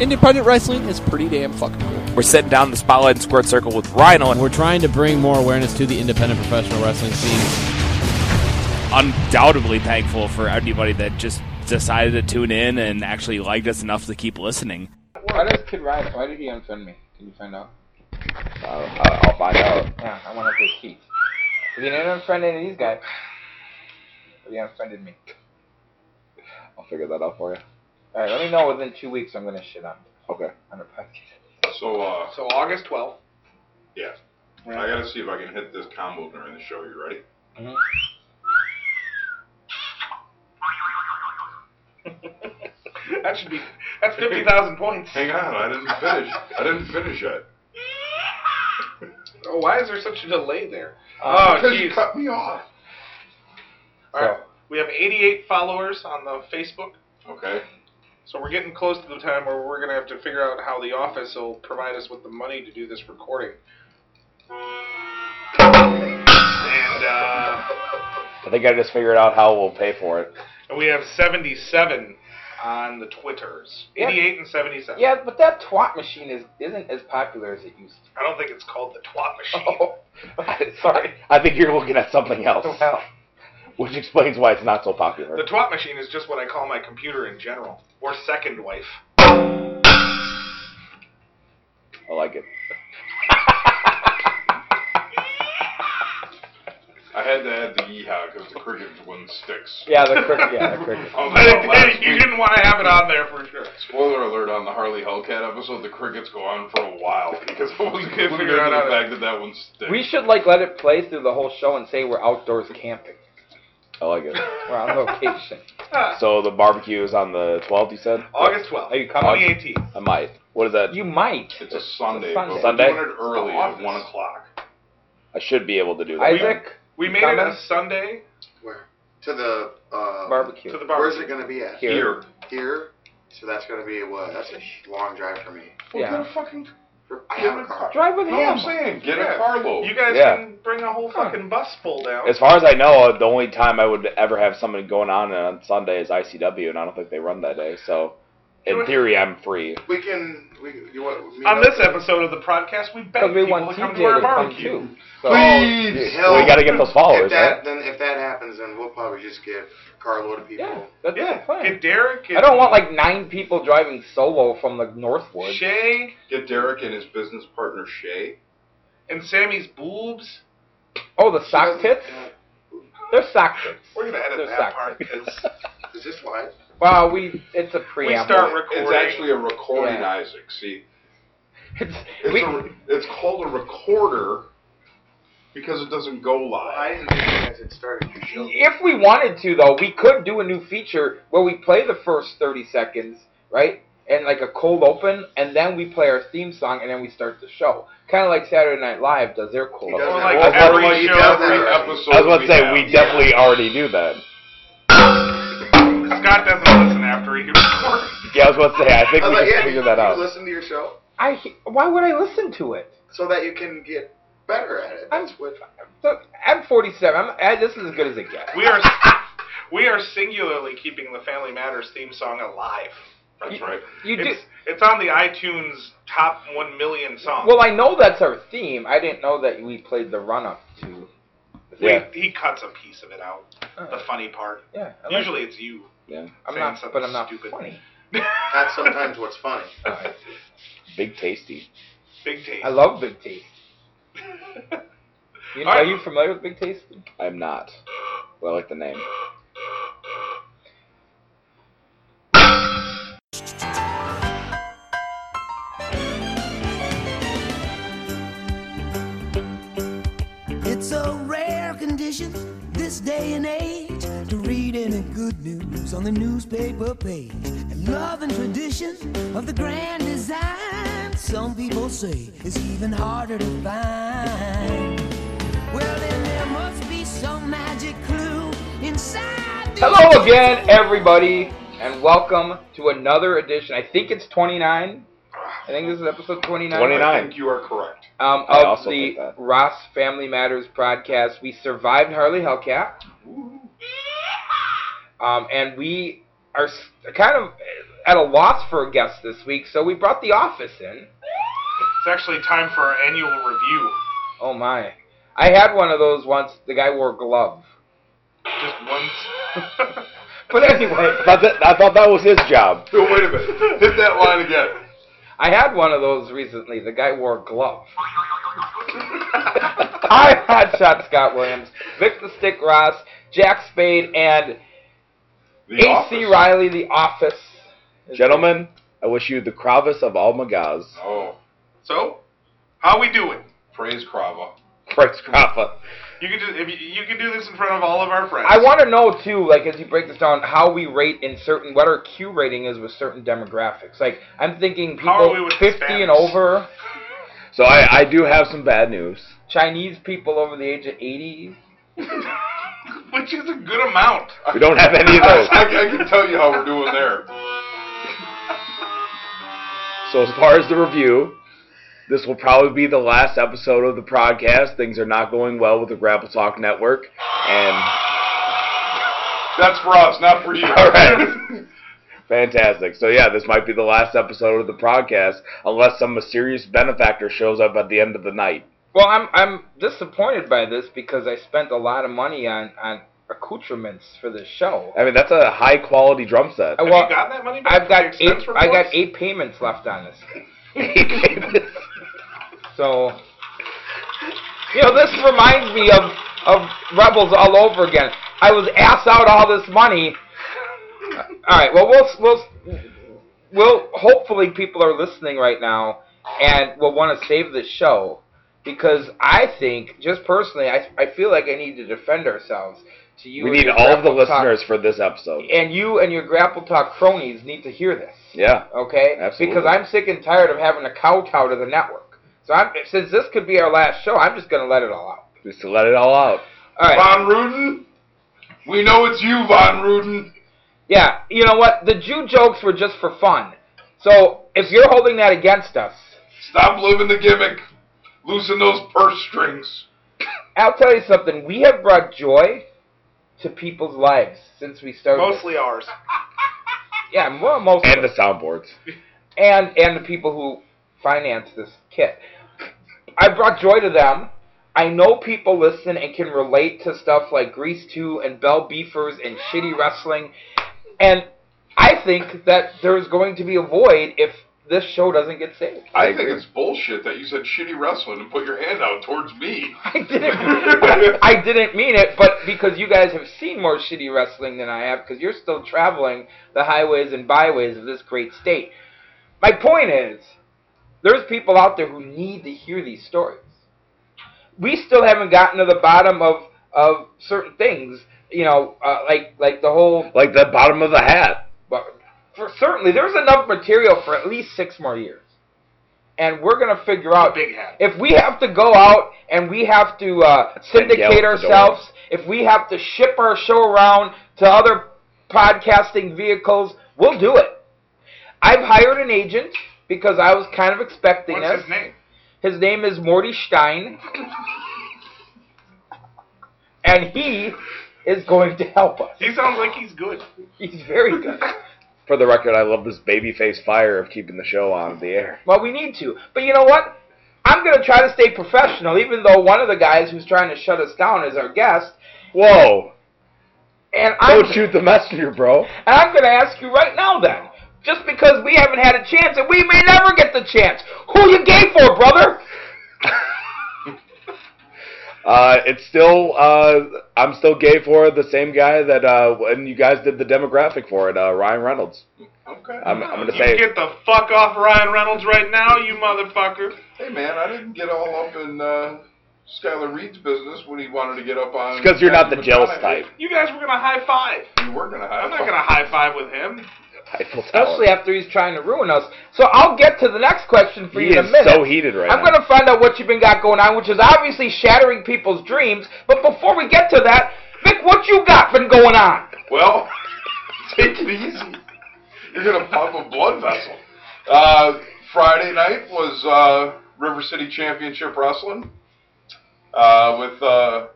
independent wrestling is pretty damn fucking cool. We're setting down the spotlight and squared circle with Rhino. We're trying to bring more awareness to the independent professional wrestling scene. undoubtedly thankful for anybody that just decided to tune in and actually liked us enough to keep listening. Why does Kid Riot? Why did he unfriend me? Can you find out? Uh, I- I'll find out. Yeah, I want to play Heat. If he didn't unfriend any of these guys, but he unfriended me. I'll figure that out for you. All right, let me know within two weeks. I'm gonna shit on Okay. on the podcast. So, uh, So August 12th. yeah. I gotta see if I can hit this combo during the show. You ready? Mm-hmm. That should be. That's 50,000 points. Hang on, I didn't finish. I didn't finish yet. Oh, why is there such a delay there? oh, Uh, Because you jeez. cut me off. All right. We have 88 followers on the Facebook. Okay. So we're getting close to the time where we're going to have to figure out how the office will provide us with the money to do this recording. And uh, I think I just figured out how we'll pay for it. we have 77 on the Twitters. 88 and 77. Yeah, but that twat machine is isn't as popular as it used to. I don't think it's called the twat machine. Oh, sorry. I think you're looking at something else, Well, which explains why it's not so popular. The twat machine is just what I call my computer in general, or second wife. I like it. I had to add the yeehaw because the crickets wouldn't sticks. yeah, the cricket. Yeah, the cricket. I was I like, think last you week, didn't want to have it on there for sure. spoiler alert on the Harley Hellcat episode, the crickets go on for a while because I wasn't figuring couldn't figure out the out how to- fact that that one sticks. We should like let it play through the whole show and say we're outdoors camping. I like it. We're on location. So the barbecue is on the 12th, you said? August 12th, Are you coming? 2018. I might. What is that? You might. It's a Sunday. Sunday. but Sunday? We're doing it early at Office. 1 o'clock. I should be able to do that. Isaac, We you made it coming? a Sunday Where? To the uh, barbecue. to the bar. Where's it going to be at? Here. Here. Here? So that's going to be what? That's a sh- long drive for me. Well, Yeah. get a fucking. For, I Give have it a a car. Drive with No, him. I'm saying, get Yeah. a carload. You guys Yeah. can bring a whole fucking bus full down. As far as I know, the only time I would ever have something going on on Sunday is ICW, and I don't think they run that day. So, You in know- theory, I'm free. We can. We, can- you want, meet On up this there? episode of the podcast, we beg Because we people want to TJ come to our to come barbecue. too. So, Please, well, we Oh, hell. got to get those followers, If that, right? Then if that happens, then we'll probably just get a carload of people. Yeah, that's Yeah, the plan. get Derek. Get I don't want like nine people driving solo from the Northwood. Shay Get Derek and his business partner Shay. and Sammy's boobs. Oh, the sock tits? They're sock tits. We're gonna edit They're that sock part. tits. 'cause Is this live? Wow, we it's a we preamble. start recording. It's actually a recording, Yeah. Isaac. See, It's- it's we- a, it's called a recorder because it doesn't go live. I didn't think you guys had started your show. if we wanted to though, we could do a new feature where we play the first thirty seconds, right? And like a cold open, and then we play our theme song, and then we start the show. Kind of like Saturday Night Live does their cold He does open. Or like Well, Oh every well, you show, got that every right. episode. I was about to say, have- we definitely already do that. Scott doesn't listen after he records. Yeah, I was about to say, I think I we was like, just yeah, figured you, that out. you listen to your show I he- why would I listen to it? so that you can get better at it. That's what. So I'm 47. I'm, I, this is as good as it gets. We are we are singularly keeping the Family Matters theme song alive. That's right. You do. It's, it's on the iTunes top one million song. Well, I know that's our theme. I didn't know that we played the run up to. We- Yeah. he cuts a piece of it out. The funny part. Yeah, Uh. I like- Usually it's you. Yeah. I'm saying not, but I'm not something funny. That's sometimes what's funny. Big Tasty. Big taste. I love Big Tasty. You, All right. are you familiar with Big Tasty? I'm not. But I like the name. It's a rare condition this day and age to read any good news on the newspaper page. And love and tradition of the grand design, some people say, is even harder to find. Well, then there must be some magic clue inside. these- Hello again, everybody, and welcome to another edition. I think it's 29. I think this is episode 29. 29. I think you are correct. Um, I of also the think that. Ross Family Matters podcast. We survived Harley Hellcat. Um, and we are s- kind of at a loss for a guest this week, so we brought The Office in. It's actually time for our annual review. Oh my! I had one of those once. The guy wore a glove. Just once. But anyway, I thought that, I thought that was his job. No, wait a minute. Hit that line again. I had one of those recently. The guy wore a glove. I had shot Scott Williams, Vic the Stick Ross, Jack Spade, and The H.C. Office. Riley, The Office. Gentlemen, I wish you the Kravis of all Magaz. Oh, so, how we doing? praise Krava. Christ Krava. You can just if you, you can do this in front of all of our friends. I want to know too, like as you break this down, how we rate in certain what our Q rating is with certain demographics. Like I'm thinking How are people we with fifty and Hispanics? over, So I, I do have some bad news. Chinese people over the age of eighty. which is a good amount. We don't have any of those. I, I can tell you how we're doing there. So as far as the review, this will probably be the last episode of the podcast. Things are not going well with the Grapple Talk Network, and That's for us, not for you. All right. fantastic. So yeah, this might be the last episode of the podcast, unless some mysterious benefactor shows up at the end of the night. Well, I'm I'm disappointed by this because I spent a lot of money on on accoutrements for this show. I mean, that's a high quality drum set. I- Have well, you gotten that money back? I've from got the eight. expense I got reports? eight payments left on this. So, you know, this reminds me of of Rebels all over again. I was ass out all this money. All right. Well, we'll we'll we'll hopefully people are listening right now and will want to save this show because I think just personally I I feel like I need to defend ourselves to you. we and need your all of the Grapple Talk- listeners for this episode. and you and your grapple talk cronies need to hear this. Yeah. Okay? Absolutely. Because I'm sick and tired of having a kowtow to the network. So I'm, since this could be our last show, I'm just going to let it all out. Just to let it all out. All right. Von Ruden? We know it's you, Von Ruden. Yeah, you know what? The Jew jokes were just for fun. So if you're holding that against us, Stop living the gimmick. Loosen those purse strings. I'll tell you something. We have brought joy to people's lives since we started. mostly ours. Yeah, well, mostly. And the soundboards. and and the people who finance this kit. I brought joy to them. I know people listen and can relate to stuff like Grease 2 and Bell Beefers and shitty wrestling. And I think that there's going to be a void if this show doesn't get saved. I, think it's bullshit that you said shitty wrestling and put your hand out towards me. I didn't I, I didn't mean it, but because you guys have seen more shitty wrestling than I have because you're still traveling the highways and byways of this great state. My point is there's people out there who need to hear these stories. We still haven't gotten to the bottom of of certain things, you know, uh, like like the whole Like the bottom of the hat. but for certainly there's enough material for at least 6 more years. And we're going to figure out Big hat. if we have to go out and we have to uh, yell at syndicate the ourselves, if we have to ship our show around to other podcasting vehicles, we'll do it. I've hired an agent because I was kind of expecting What's this. his name? His name is Morty Stein. and he is going to help us. He sounds like he's good. He's very good. For the record, I love this babyface fire of keeping the show on the air. Well, we need to. But you know what? I'm going to try to stay professional, even though one of the guys who's trying to shut us down is our guest. Whoa! And I'm, Don't shoot the messenger, bro. And I'm going to ask you right now then. Just because we haven't had a chance, and we may never get the chance. Who you gay for, brother? Uh, it's still, uh, I'm still gay for the same guy that uh, when you guys did the demographic for it, uh, Ryan Reynolds. Okay. I'm, I'm gonna You say get the fuck off Ryan Reynolds right now, you motherfucker. Hey, man, I didn't get all up in uh, Skylar Reed's business when he wanted to get up on. because you're not the Matthew jealous McConaughey. type. You guys were gonna high five. You were gonna have. I'm not gonna high five with him. Eiffel Tower. Especially after he's trying to ruin us. So I'll get to the next question for He you in a is minute. so heated right I'm now. going to find out what you've been got going on, which is obviously shattering people's dreams. But before we get to that, Vic, what you got been going on? Well, take it easy. You're gonna pump a blood vessel. Uh, Friday night was uh, River City Championship Wrestling uh, with uh,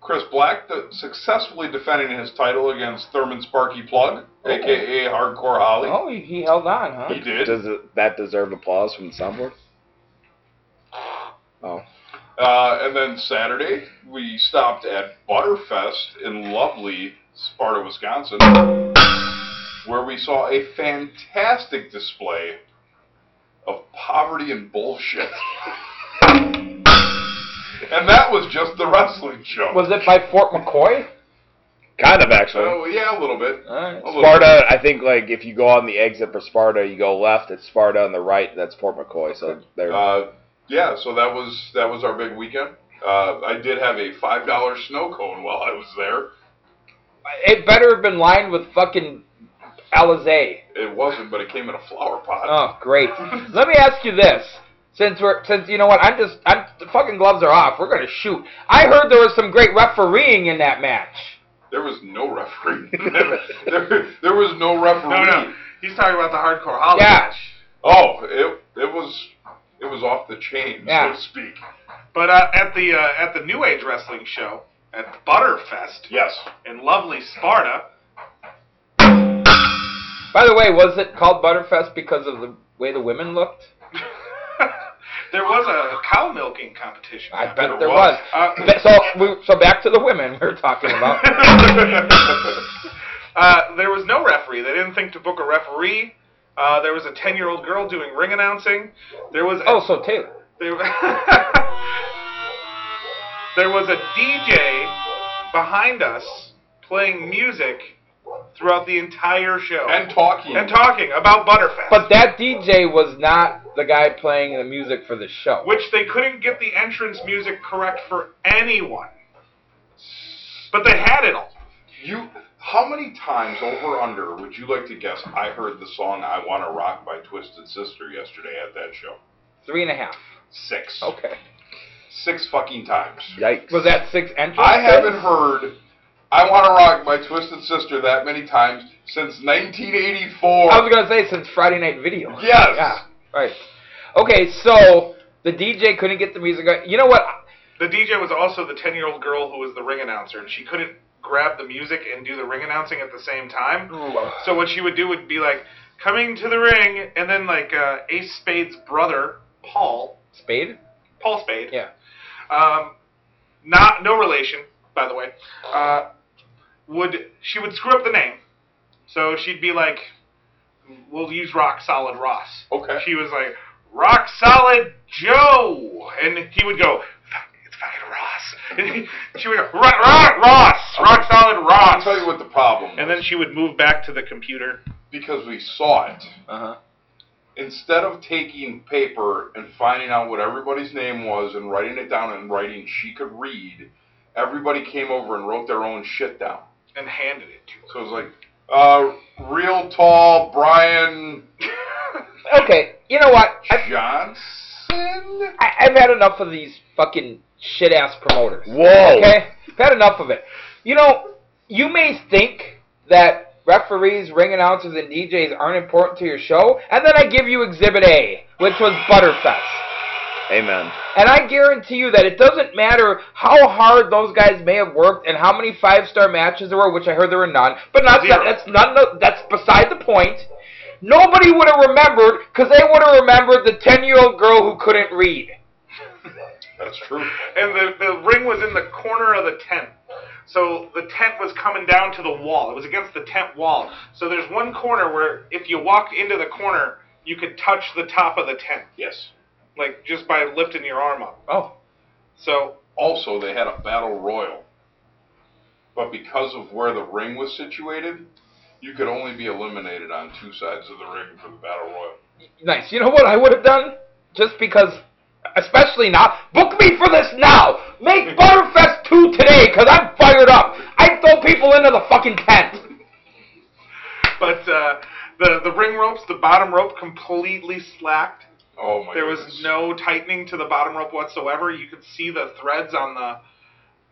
Chris Black de- successfully defending his title against Thurman Sparky Plug, aka Hardcore Holly. Oh, he, he held on, huh? He did. Does it, that deserve applause from someone? Oh. Uh, and then Saturday, we stopped at Butterfest in lovely Sparta, Wisconsin, where we saw a fantastic display of poverty and bullshit. and that was just the wrestling show. Was it by Fort McCoy? Kind of, actually. Oh, yeah, a little bit. Alright. A little Sparta, I think, like, if you go on the exit for Sparta, you go left, it's Sparta, on the right, that's Fort McCoy. So there. Uh, yeah, so that was that was our big weekend. Uh, I did have a five dollar snow cone while I was there. It better have been lined with fucking Alizé. It wasn't, but it came in a flower pot. Oh, great. Let me ask you this. Since we're since you know what, I'm just I'm the fucking gloves are off. We're gonna shoot. I heard there was some great refereeing in that match. There was no referee. there, there was no referee. No, no. He's talking about the hardcore Holly Yeah. match. Oh, it it was it was off the chain, Yeah. so to speak. But uh, at the uh, at the New Age Wrestling show at Butterfest Yes. in lovely Sparta, By the way, was it called Butterfest because of the way the women looked? there was a cow milking competition. I bet it there was. was. Uh, Ba- so we so back to the women we were talking about. uh, there was no referee. They didn't think to book a referee. Uh, there was a ten-year-old girl doing ring announcing. There was a oh, so Taylor. There, there was a DJ behind us playing music throughout the entire show And talking. And talking about Butterfest, But that DJ was not the guy playing the music for the show. which they couldn't get the entrance music correct for anyone. But they had it all. you. How many times over under would you like to guess? I heard the song "I Want to Rock" by Twisted Sister yesterday at that show. Three and a half. Six. Okay. Six fucking times. Yikes. Was that six entries? I haven't heard I Want to Rock by Twisted Sister that many times since 1984. I was gonna say since Friday Night Video. Yes. Yeah. Right. Okay, so the DJ couldn't get the music. Right. You know what? The DJ was also the 10 year old girl who was the ring announcer, and she couldn't grab the music and do the ring announcing at the same time. So what she would do would be like coming to the ring, and then like uh, Ace Spade's brother Paul, Spade. Paul Spade. Yeah. Um, not no relation, by the way. Uh, would she would screw up the name? So she'd be like, "We'll use Rock Solid Ross." Okay. She was like, "Rock Solid Joe," and he would go. "Fuck, it's fucking Ross. And he- she would go, rock, rock, Ross, rock solid I'll Ross. tell you what the problem And was, then she would move back to the computer. because we saw it. Uh Uh-huh. huh. Instead of taking paper and finding out what everybody's name was and writing it down and writing she could read, everybody came over and wrote their own shit down. and handed it to So it was like, uh, real tall Brian Okay. You know what? I, Johnson? I, I've had enough of these fucking shit ass promoters. Whoa. Okay, I've had enough of it. You know, you may think that referees, ring announcers, and DJs aren't important to your show, and then I give you Exhibit A, which was Butterfest. Amen. And I guarantee you that it doesn't matter how hard those guys may have worked and how many five star matches there were, which I heard there were none. But not that, Zero. that's none. of- That's beside the point. Nobody would have remembered because they would have remembered the ten year old girl who couldn't read. That's true. And the, the ring was in the corner of the tent. So the tent was coming down to the wall. It was against the tent wall. So there's one corner where if you walked into the corner, you could touch the top of the tent. Yes. Like just by lifting your arm up. Oh, So Also, they had a battle royal. But because of where the ring was situated, you could only be eliminated on two sides of the ring for the battle royal. nice. You know what I would have done? Just because, especially now, book me for this now. Make Butterfest two today because I'm fired up. I'd throw people into the fucking tent. but uh, the the ring ropes, the bottom rope completely slacked. Oh my There was goodness. no tightening to the bottom rope whatsoever. You could see the threads on the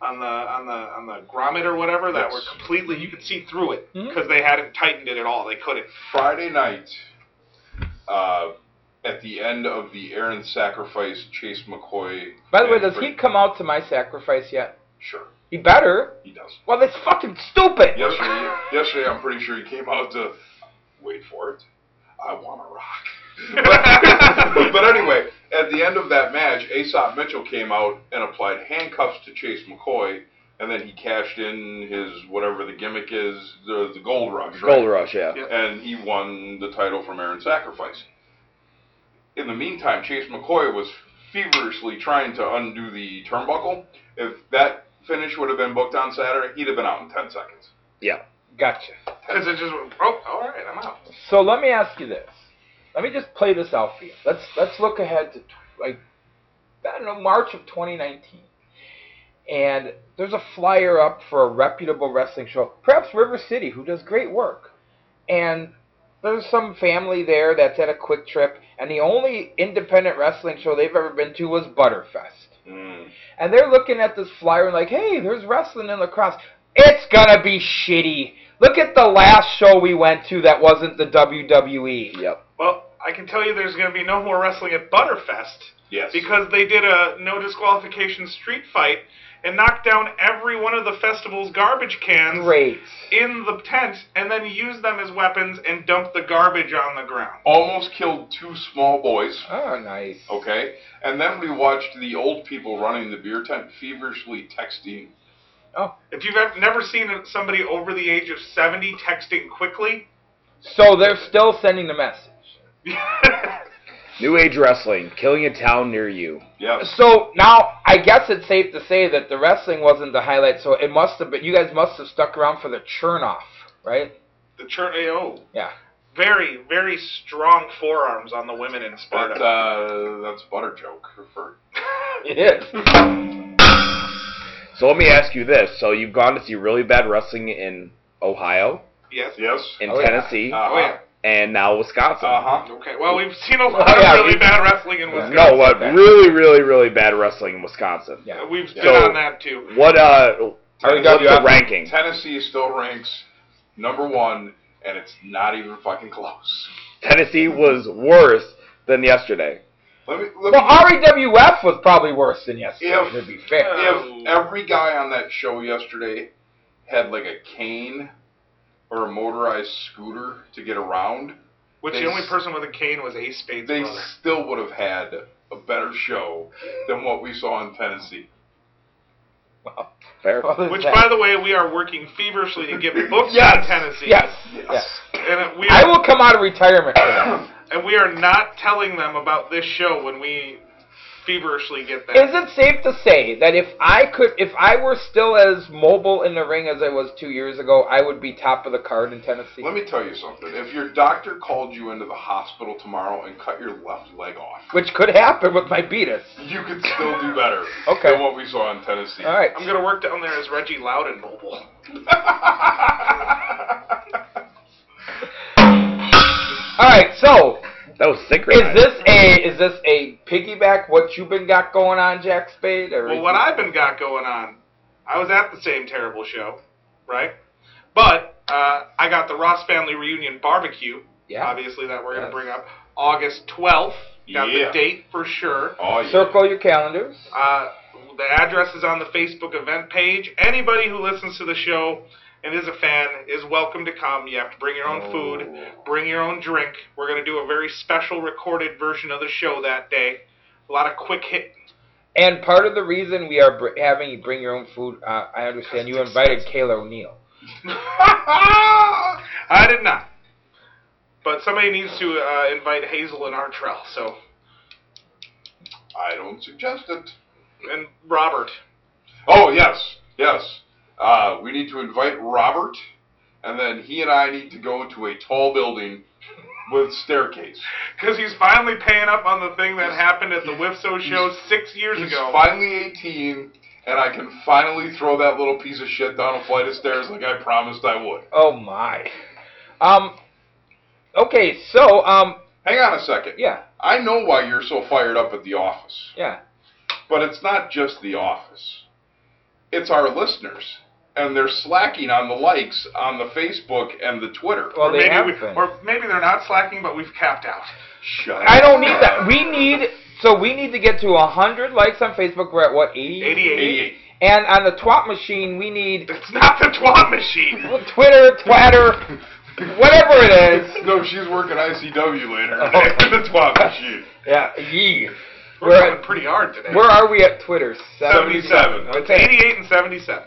on the on the on the grommet or whatever that Yes. were completely you could see through it because they hadn't tightened it at all. They couldn't. Friday night, uh, at the end of the Aaron sacrifice, Chase McCoy. By the way, and does he Frank- come out to my sacrifice yet? Sure. He better. He does. Well, that's fucking stupid. Yesterday, yesterday, I'm pretty sure he came out to wait for it. I want to rock. But, but anyway, at the end of that match, Aesop Mitchell came out and applied handcuffs to Chase McCoy, and then he cashed in his whatever the gimmick is, the, the gold rush. right? Gold Rush, yeah. Yeah. and he won the title from Aaron Sacrifice. In the meantime, Chase McCoy was feverishly trying to undo the turnbuckle. If that finish would have been booked on Saturday, he'd have been out in 10 seconds. Yeah. Gotcha. Because it just went, oh, all right, I'm out. So let me ask you this. Let me just play this out for you. Let's let's look ahead to tw- like I don't know March of 2019, and there's a flyer up for a reputable wrestling show, perhaps River City, who does great work, and there's some family there that's at a quick trip, and the only independent wrestling show they've ever been to was Butterfest, and they're looking at this flyer and like, hey, there's wrestling in lacrosse. It's gonna be shitty. Look at the last show we went to that wasn't the E. WWE. Yep. Well, I can tell you there's going to be no more wrestling at Butterfest Yes. because they did a no disqualification street fight and knocked down every one of the festival's garbage cans Great. in the tent and then used them as weapons and dumped the garbage on the ground. Almost killed two small boys. Oh, nice. Okay. And then we watched the old people running the beer tent feverishly texting. Oh. If you've ever, never seen somebody over the age of 70 texting quickly, So they're still sending the message. New Age Wrestling, killing a town near you. Yes. So now I guess it's safe to say that the wrestling wasn't the highlight. So it must have been. You guys must have stuck around for the churn off, right? the churn, oh, Yeah. very, very strong forearms on the women in But Sparta. uh, that's a butter joke. For, It is. So let me ask you this. So you've gone to see really bad wrestling in Ohio, Yes. yes. Uh-huh. in Oh, yeah. uh-huh. Tennessee, Oh, yeah. and now Wisconsin. Uh huh. Okay, well, we've seen a lot Oh, yeah, of really we- bad wrestling in Wisconsin. No, what really, really, really bad wrestling in Wisconsin. Yeah. We've been So- on that too. What uh RWF. what's the ranking? Tennessee still ranks number one, and it's not even fucking close. Tennessee was worse than yesterday. Let me. Let Well, me REWF was probably worse than yesterday. If- to be fair. if every guy on that show yesterday had like a cane or a motorized scooter to get around, Which They the only s- person with a cane was Ace Spade's they brother. still would have had a better show than what we saw in Tennessee. Fair. Well, there's Which, that. by the way, we are working feverishly to get booked in Yes. Tennessee. yes. Yes. And uh, we I are, will come out of retirement for that. and we are not telling them about this show when we feverishly get that. Is it safe to say that if I could, if I were still as mobile in the ring as I was two years ago, I would be top of the card in Tennessee? Let me tell you something. If your doctor called you into the hospital tomorrow and cut your left leg off, Which could happen with my beatus. you could still do better Okay. than what we saw in Tennessee. All right. I'm going to work down there as Reggie Loudon mobile. All right. So That was Is synchronized. this a is this a piggyback what you've been got going on, Jack Spade? Or Well, what I've been got going on, I was at the same terrible show, right? But uh, I got the Ross Family Reunion Barbecue. Yeah. Obviously, that we're going Yes. to bring up August 12th. Got Yeah. the date for sure. Oh, yeah. circle your calendars. Uh, the address is on the Facebook event page. Anybody who listens to the show and is a fan is welcome to come. You have to bring your own food, Oh. bring your own drink. We're going to do a very special recorded version of the show that day. A lot of quick hit. And part of the reason we are br- having you bring your own food, uh, I understand you invited Kayla O'Neill. I did not. But somebody needs to uh, invite Hazel and Artrell. So I don't suggest it. and Robert. Oh yes, yes. Uh, we need to invite Robert, and then he and I need to go to a tall building with staircase. Because he's finally paying up on the thing that happened at the WIFSO show six years He's ago. finally 18, and I can finally throw that little piece of shit down a flight of stairs like I promised I would. Oh my. Um. Okay, so um, Hang on a second. yeah, I know why you're so fired up at the office, yeah. but it's not just the office. It's our listeners, and they're slacking on the likes on the Facebook and the Twitter. Well, they maybe have we, been. or maybe they're not slacking, but we've capped out. Shut I don't need up. that. We need so we need to get to hundred likes on Facebook. We're at what eighty? 88. 88. And on the twat machine, we need It's not the twat machine. Twitter, Twatter, whatever it is. No, she's working ICW later. Oh. That's why she. Yeah, ye. We're, We're- going pretty hard today. Where are we at Twitter? 77. It's Okay. 88 and 77.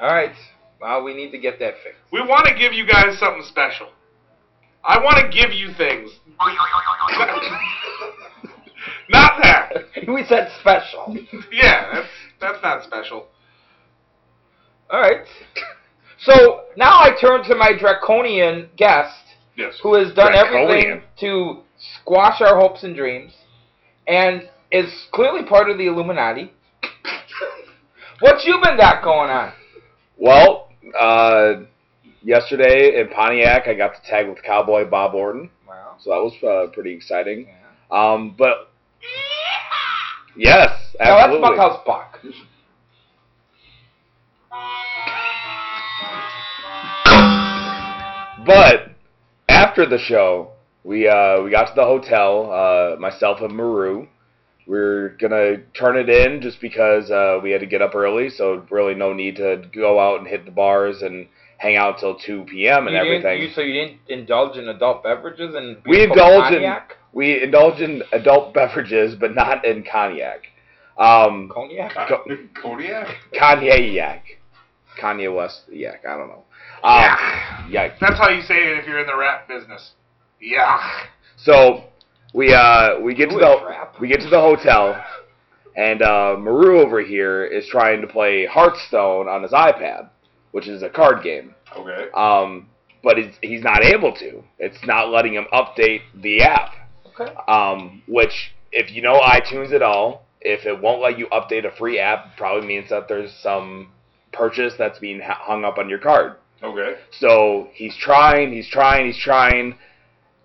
All right. Well, we need to get that fixed. We want to give you guys something special. I want to give you things. not that. we said special. Yeah, that's that's not special. All right. So now I turn to my draconian guest, Yes. who has done everything Draconian. to squash our hopes and dreams, and is clearly part of the Illuminati. What you been got going on? Well, uh, yesterday in Pontiac, I got to tag with Cowboy Bob Orton, Wow. so that was uh, pretty exciting. Um, but yes, Now that's absolutely. Buckhouse Buck. But after the show, we uh, we got to the hotel. Uh, myself and Maru, we are gonna turn it in just because uh, we had to get up early, so really no need to go out and hit the bars and hang out till two p.m. and You didn't- everything. you- so you didn't indulge in adult beverages and we beautiful indulge in cognac? we indulge in adult beverages, but not in cognac. Um, cognac. co- Kodiak? Kanye yak, Kanye West yak. I don't know. Um, yak. That's how you say it if you're in the rap business. Yeah. So we uh we get to Ooh, the crap. we get to the hotel, and uh, Maru over here is trying to play Hearthstone on his iPad, which is a card game. Okay. Um, but he's he's not able to. It's not letting him update the app. Okay. Um, which if you know iTunes at all, if it won't let you update a free app, probably means that there's some purchase that's being h- hung up on your card. Okay. So he's trying, he's trying, he's trying.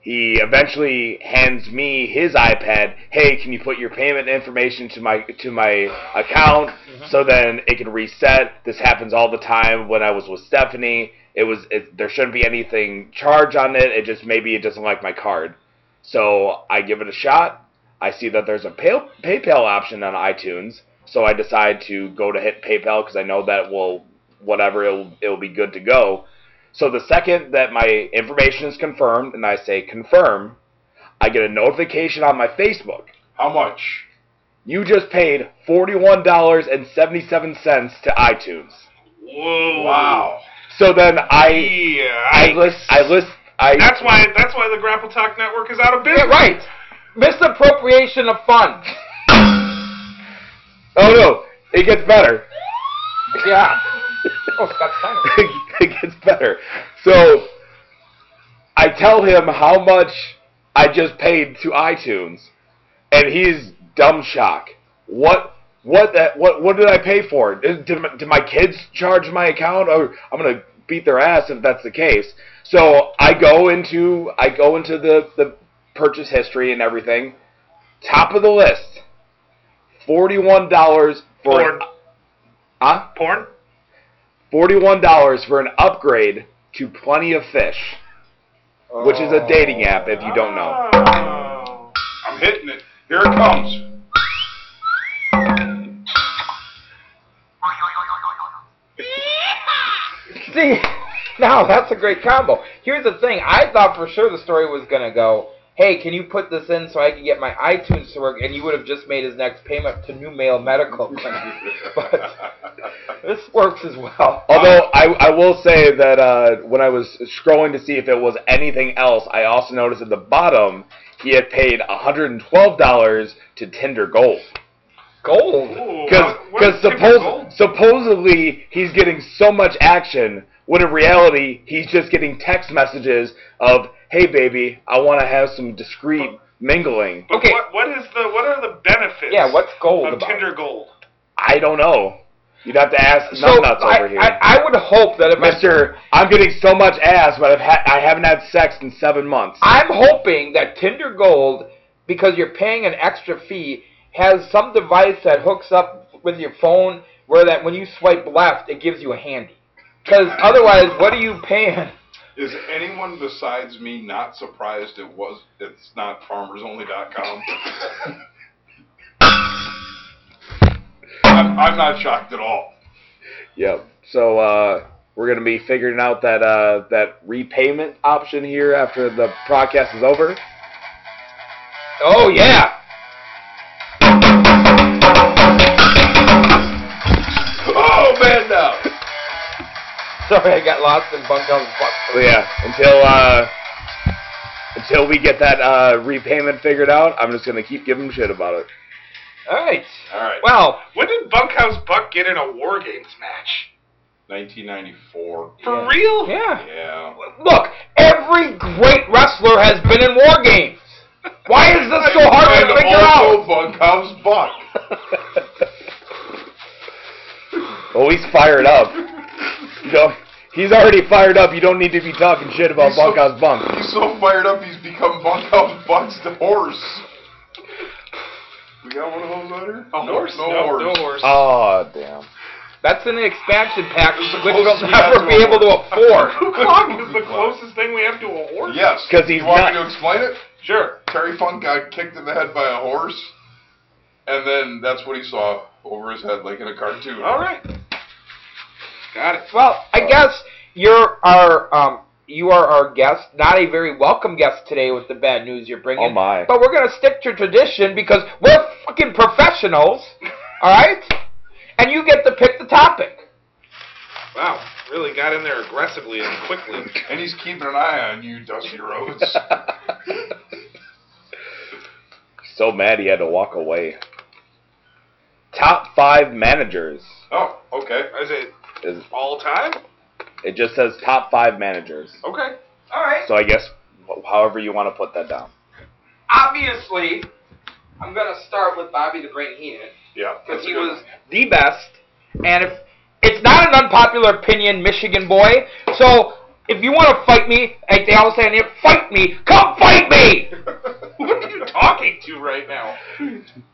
He eventually hands me his iPad. Hey, can you put your payment information to my to my account so then it can reset? This happens all the time. When I was with Stephanie, it was it, there shouldn't be anything charged on it. It just maybe it doesn't like my card. So I give it a shot. I see that there's a pay- PayPal option on iTunes, so I decide to go to hit PayPal because I know that will whatever it'll it'll be good to go. So the second that my information is confirmed and I say confirm, I get a notification on my Facebook. How much? You just paid forty-one dollars and seventy-seven cents to iTunes. Whoa. Wow. So then I Yeah. I list I list I that's why that's why the Grapple Talk Network is out of Yeah, business. right. Misappropriation of funds. oh no it gets better. Yeah. Oh, Scott Steiner. it gets better. So I tell him how much I just paid to iTunes, and he's dumb shock. What? What that? What? What did I pay for? Did, did, my, did my kids charge my account? Or I'm gonna beat their ass if that's the case. So I go into I go into the the purchase history and everything. Top of the list, forty one dollars for Porn. Huh? Porn. forty-one dollars for an upgrade to Plenty of Fish, which is a dating app. If you don't know, Oh. I'm hitting it. Here it comes. See, now that's a great combo. Here's the thing: I thought for sure the story was gonna go, "Hey, can you put this in so I can get my iTunes to work?" And you would have just made his next payment to New Mail Medical Clinic. but this works as well. although I, I will say that uh, when I was scrolling to see if it was anything else, I also noticed at the bottom he had paid hundred and twelve dollars to Tinder Gold Gold. Ooh, because what- what is Tinder Gold? supposedly he's getting so much action when in reality he's just getting text messages of hey baby I want to have some discreet mingling. But Okay. What, what is the what are the benefits? Yeah, what's gold of about? Tinder Gold? I don't know. You'd have to ask So Nut Nuts I, over here. I, I would hope that if I- Mister, I'm getting so much ass, but I've ha- I haven't had sex in seven months. I'm hoping that Tinder Gold, because you're paying an extra fee, has some device that hooks up with your phone where that when you swipe left, it gives you a handy. Because otherwise, what are you paying? Is anyone besides me not surprised it was it's not farmersonly.com? I'm, I'm not shocked at all. Yep. So uh, we're gonna be figuring out that uh, that repayment option here after the podcast is over. Oh yeah. Oh man, no. Sorry, I got lost in Bunkhouse Buck. So yeah, until uh, until we get that uh, repayment figured out, I'm just gonna keep giving shit about it. All right. All right. Well, When did Bunkhouse Buck get in a War Games match? 1994. For real? yeah. Yeah. Look, every great wrestler has been in war games. Why is this so hard to And figure also out? Bunkhouse Buck. Well, he's fired up. You know, he's already fired up. You don't need to be talking shit about He's so- Bunkhouse Bunk. He's so fired up, he's become Bunkhouse Buck's the horse. We got one of those out here? A No, horse? No, No, horse. no horse. Ah, Oh damn. That's an expansion pack It's the which we'll closest we got never to be a able to war. afford. Ku Klux is the closest thing we have to a horse. Yes. 'Cause he's you want not- me to explain it? Sure. Terry Funk got kicked in the head by a horse, and then that's what he saw over his head, like in a cartoon. All right. Got it. Well, I guess you're our um, you are our guest, not a very welcome guest today with the bad news you're bringing. Oh, my. But we're gonna stick to tradition because we're fucking professionals, all right? And you get to pick the topic. Wow. Really got in there aggressively and quickly. And he's keeping an eye on you, Dusty Rhodes. so mad he had to walk away. Top five managers. oh, okay. Is it Is- all time? It just says top five managers. Okay. All right. So I guess wh- however you want to put that down. Obviously, I'm gonna start with Bobby the Brain Heenan. Yeah. because that's he a good was one. the best. And if it's not an unpopular opinion, Michigan boy. So if you want to fight me, like they all say, in here, fight me, come fight me, Who are you talking to right now?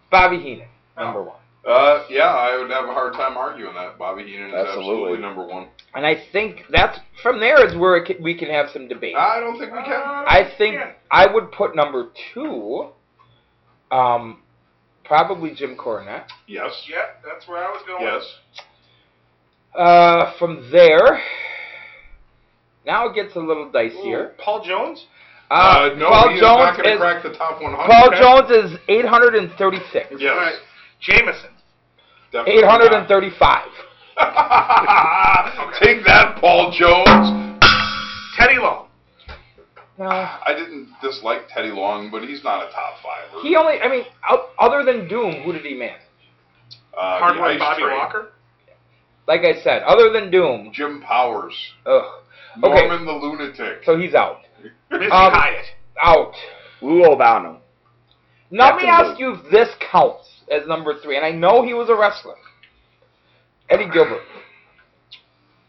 Bobby Heenan, Oh. number one. Uh, yeah, I would have a hard time arguing that. Bobby Heenan is Absolutely. absolutely number one. And I think that's from there is where it can, we can have some debate. I don't think we can. Uh, I think I would put number two, um, probably Jim Cornette. yes. Yeah, that's where I was going. Yes. Uh, from there, now it gets a little dicier. Paul Jones? Uh, no, Paul he is Jones not going to is- crack the top 100. Paul Jones is 836. Yes. All right. Jameson. Definitely 835. not. Take that, Paul Jones. Teddy Long. No. I didn't dislike Teddy Long, but he's not a top five. He only, I mean, o- other than Doom, who did he manage? uh, the Hardwood Ice Bobby Train. Walker. Like I said, other than Doom, Jim Powers. ugh. Okay. Norman the Lunatic. So he's out. Missy Um, Hyatt. Out. Lou Albano. Now let me Captain ask you if this counts as number three, and I know he was a wrestler. Eddie Gilbert.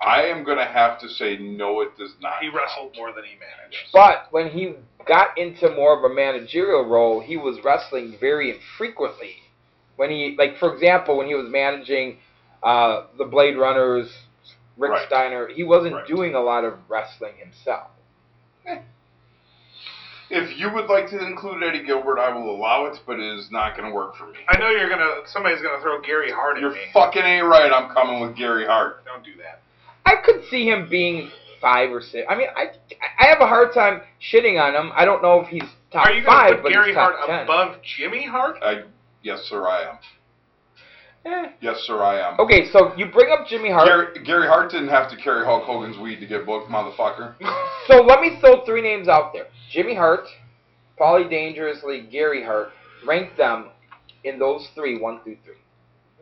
I am going to have to say no, it does not. He wrestled more than he managed. But when he got into more of a managerial role, he was wrestling very infrequently. When he, like, for example, when he was managing uh, the Blade Runners, Rick Right. Steiner, he wasn't Right. doing a lot of wrestling himself. If you would like to include Eddie Gilbert, I will allow it, but it is not going to work for me. I know you're gonna. Somebody's gonna throw Gary Hart at You're me. fucking A right. I'm coming with Gary Hart. Don't do that. I could see him being five or six. I mean, I I have a hard time shitting on him. I don't know if he's top Are you gonna five, put but Gary he's Hart top ten. above Jimmy Hart? I, yes, sir, I am. Eh. Yes, sir, I am. Okay, so you bring up Jimmy Hart. Gary, Gary Hart didn't have to carry Hulk Hogan's weed to get booked, motherfucker. So let me throw three names out there: Jimmy Hart, Paulie Dangerously, Gary Hart. Rank them in those three, one through three.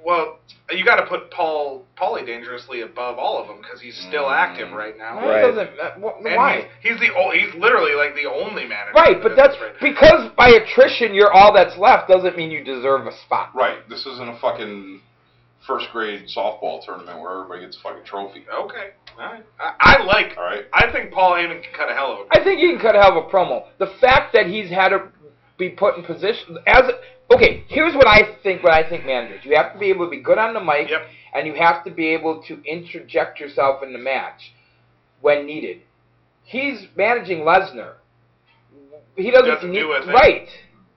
Well, you got to put Paul Paulie dangerously above all of them because he's still active right now. That Right. doesn't- that- wh- And why? He's, he's the o- he's literally like the only manager. Right, but in that's this right. because by attrition you're all that's left. Doesn't mean you deserve a spot. Right. This isn't a fucking first grade softball tournament where everybody gets a fucking trophy. Okay, all right. I, I like. All right. I think Paul Heyman can cut a hell of a. I think he can cut hell of a promo. The fact that he's had to be put in position as okay, here's what I think. What I think, managers, you have to be able to be good on the mic, Yep. and you have to be able to interject yourself in the match when needed. He's managing Lesnar. He doesn't, Doesn't need do a thing. right,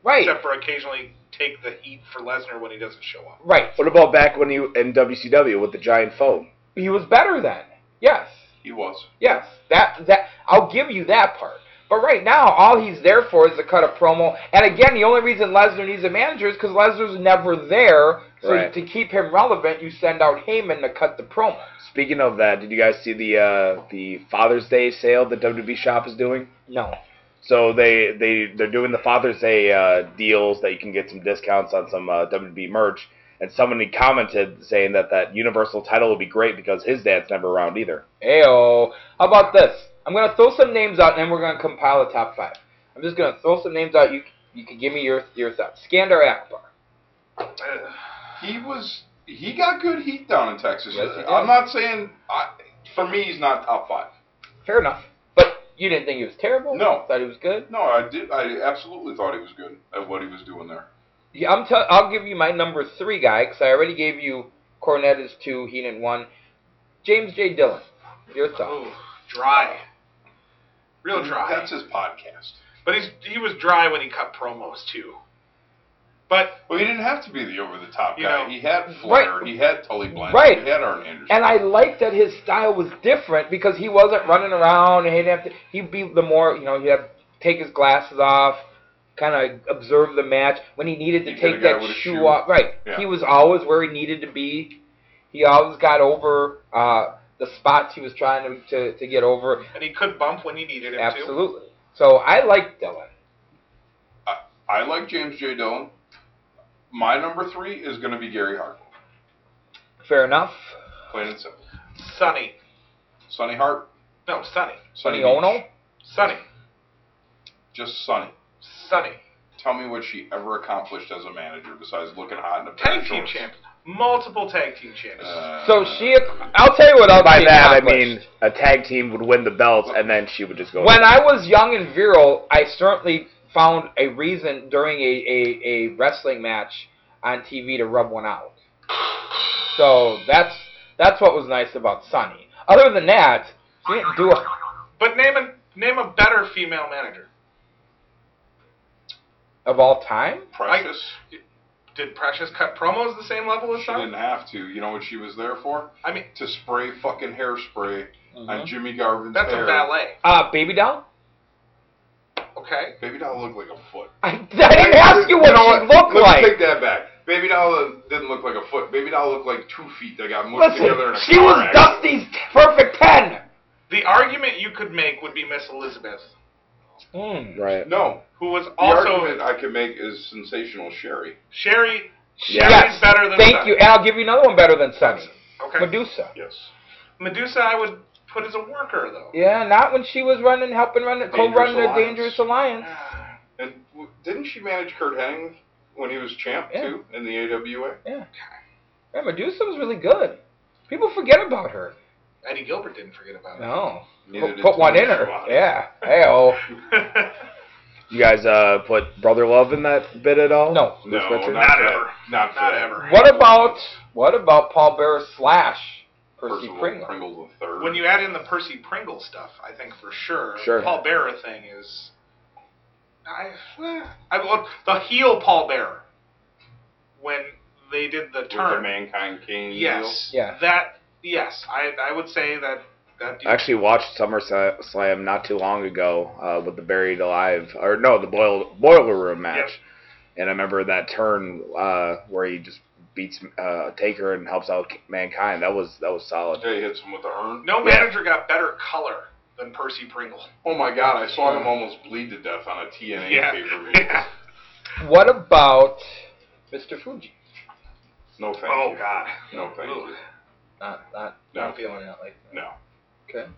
right. Except for occasionally take the heat for Lesnar when he doesn't show up. Right. What about back when he in WCW with the giant foam? He was better then. Yes. He was. Yes. That that I'll give you that part. But right now, all he's there for is to cut a promo. And again, the only reason Lesnar needs a manager is because Lesnar's never there. So Right. to keep him relevant, you send out Heyman to cut the promo. Speaking of that, did you guys see the uh, the Father's Day sale that WWE Shop is doing? No. So they they they're doing the Father's Day uh, deals that you can get some discounts on some uh, WWE merch. And somebody commented saying that that Universal title would be great because his dad's never around either. Ayo. How about this? I'm gonna throw some names out, and then we're gonna compile a top five. I'm just gonna throw some names out. You you can give me your your thoughts. Skandar Akbar. Uh, he was. He got good heat down in Texas. Yes, he did. I'm not saying. I, for me, he's not top five. Fair enough. But you didn't think he was terrible. No. Thought he was good. No, I did. I absolutely thought he was good at what he was doing there. Yeah, I'm. Tell- I'll give you my number three guy because I already gave you Cornette is two, Heenan one, James J. Dillon. Your thought? Oh, dry. Real dry. Mm, That's his podcast. but he's, he was dry when he cut promos, too. But Well, he didn't have to be the over the top You guy. know. he had Flair. Right. He had Tully Blanchard. Right. He had Arn Anderson. And I like that his style was different because he wasn't running around and he'd have to. He'd be the more you know. He'd have take his glasses off, kind of observe the match when he needed to He take could've got that with a shoe, shoe. off. Right. Yeah. He was always where he needed to be. He always got over uh, the spots he was trying to to, to get over. and he could bump when he needed him to. Absolutely. So I like Dillon. I like James J. Dillon. My number three is going to be Gary Hart. Fair enough. Plain and simple. Sonny. Sonny Hart. No, Sonny. Sonny Sonny Beach. Ono? Sonny. Just Sonny. Sonny. Tell me what she ever accomplished as a manager besides looking hot in a pair of Tag team shorts. champ. Multiple tag team champions. Uh, So she, I'll tell you what else By she that I accomplished. mean a tag team would win the belts and then she would just go. when I was young and virile, I certainly found a reason during a, a, a wrestling match on TV to rub one out. So that's that's what was nice about Sonny. Other than that, she didn't do a but name a name a better female manager. of all time. Precious. Did Precious cut promos the same level as she Sonny? didn't have to. You know what she was there for? I mean, To spray fucking hairspray Mm-hmm. on Jimmy Garvin's that's hair. a ballet. Uh, Baby Doll. Okay. Baby doll looked like a foot. I, I didn't ask you what You know she looked Let like. Me take that back. Baby doll didn't look like a foot. Baby doll looked like two feet that got mushed Listen, together in a she car was accident. Dusty's perfect ten. The argument you could make would be Miss Elizabeth, Mm. Right. No. who was The also argument I could make is sensational Sherry. Sherry. Yeah. Sherry's better than Thank Sonny. you, and I'll give you another one better than Sonny. Okay. Medusa. Yes. Medusa, I would put as a worker though. Yeah, not when she was running, helping run, co-run the Dangerous Ah, Dangerous Alliance. And w- didn't she manage Kurt Hennig when he was champ Yeah. too in the AWA? Yeah, Medusa was really good. People forget about her. Eddie Gilbert didn't forget about it. No, Neither put, did put one Tony in her. Schiavone. Yeah. Hey, You guys uh, put brother love in that bit at all? No. Miss No, Richards? not, ever. Not, Not fit. ever. what about what about Paul Bearer slash Percy Percival Pringle? Pringle the third. When you add in the Percy Pringle stuff, I think for sure, Sure. Paul Bearer thing is. I, eh, I well, the heel Paul Bearer when they did the with the turn. mankind king. yes, Yeah. that yes, I I would say that that I actually watched SummerSlam not too long ago uh, with the Buried Alive, or no, the boil, Boiler Room match. And I remember that turn uh, where he just beats uh, Taker and helps out Mankind. That was that was solid. Jay hits him with the urn. no yeah. manager got better color than Percy Pringle. Oh my God! I saw him almost bleed to death on a TNA Yeah. pay per view. What about Mr. Fuji? No thank Oh you. God. No thank you. Ooh. Not not No. not feeling it like that. No. Okay.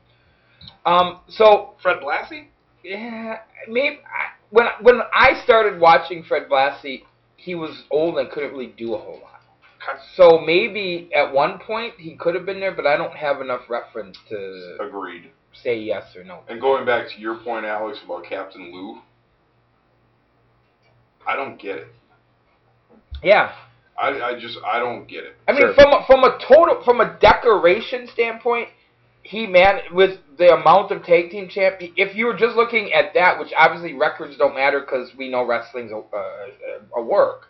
Um. So Fred Blassie? yeah, maybe I, when when I started watching Fred Blassie, he was old and couldn't really do a whole lot. Cut. So maybe at one point he could have been there, but I don't have enough reference to Agreed. say yes or no. And going back to your point, Alex, about Captain Lou, I don't get it. Yeah, I, I just I don't get it. I mean Sure. from a, from a total from a decoration standpoint, he man with the amount of tag team champ. If you were just looking at that, which obviously records don't matter because we know wrestling's a, a, a work,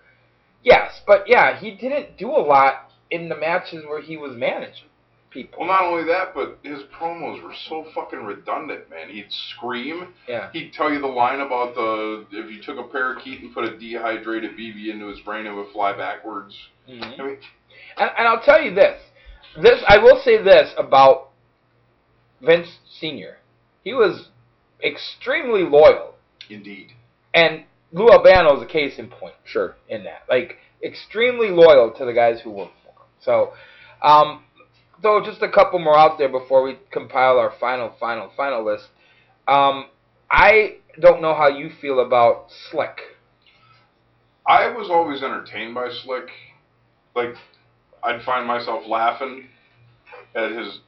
Yes, but yeah, he didn't do a lot in the matches where he was managing people. Well, not only that, but his promos were so fucking redundant, man. He'd scream. Yeah. He'd tell you the line about the if you took a parakeet and put a dehydrated BB into his brain, it would fly backwards. I mean, Mm-hmm. And, and I'll tell you this. This I will say this about Vince Senior. He was extremely loyal, indeed. and Lou Albano is a case in point. Sure. in that, like extremely loyal to the guys who work for him. So, um, though just a couple more out there before we compile our final, final, final list. Um, I don't know how you feel about Slick. I was always entertained by Slick. Like, I'd find myself laughing at his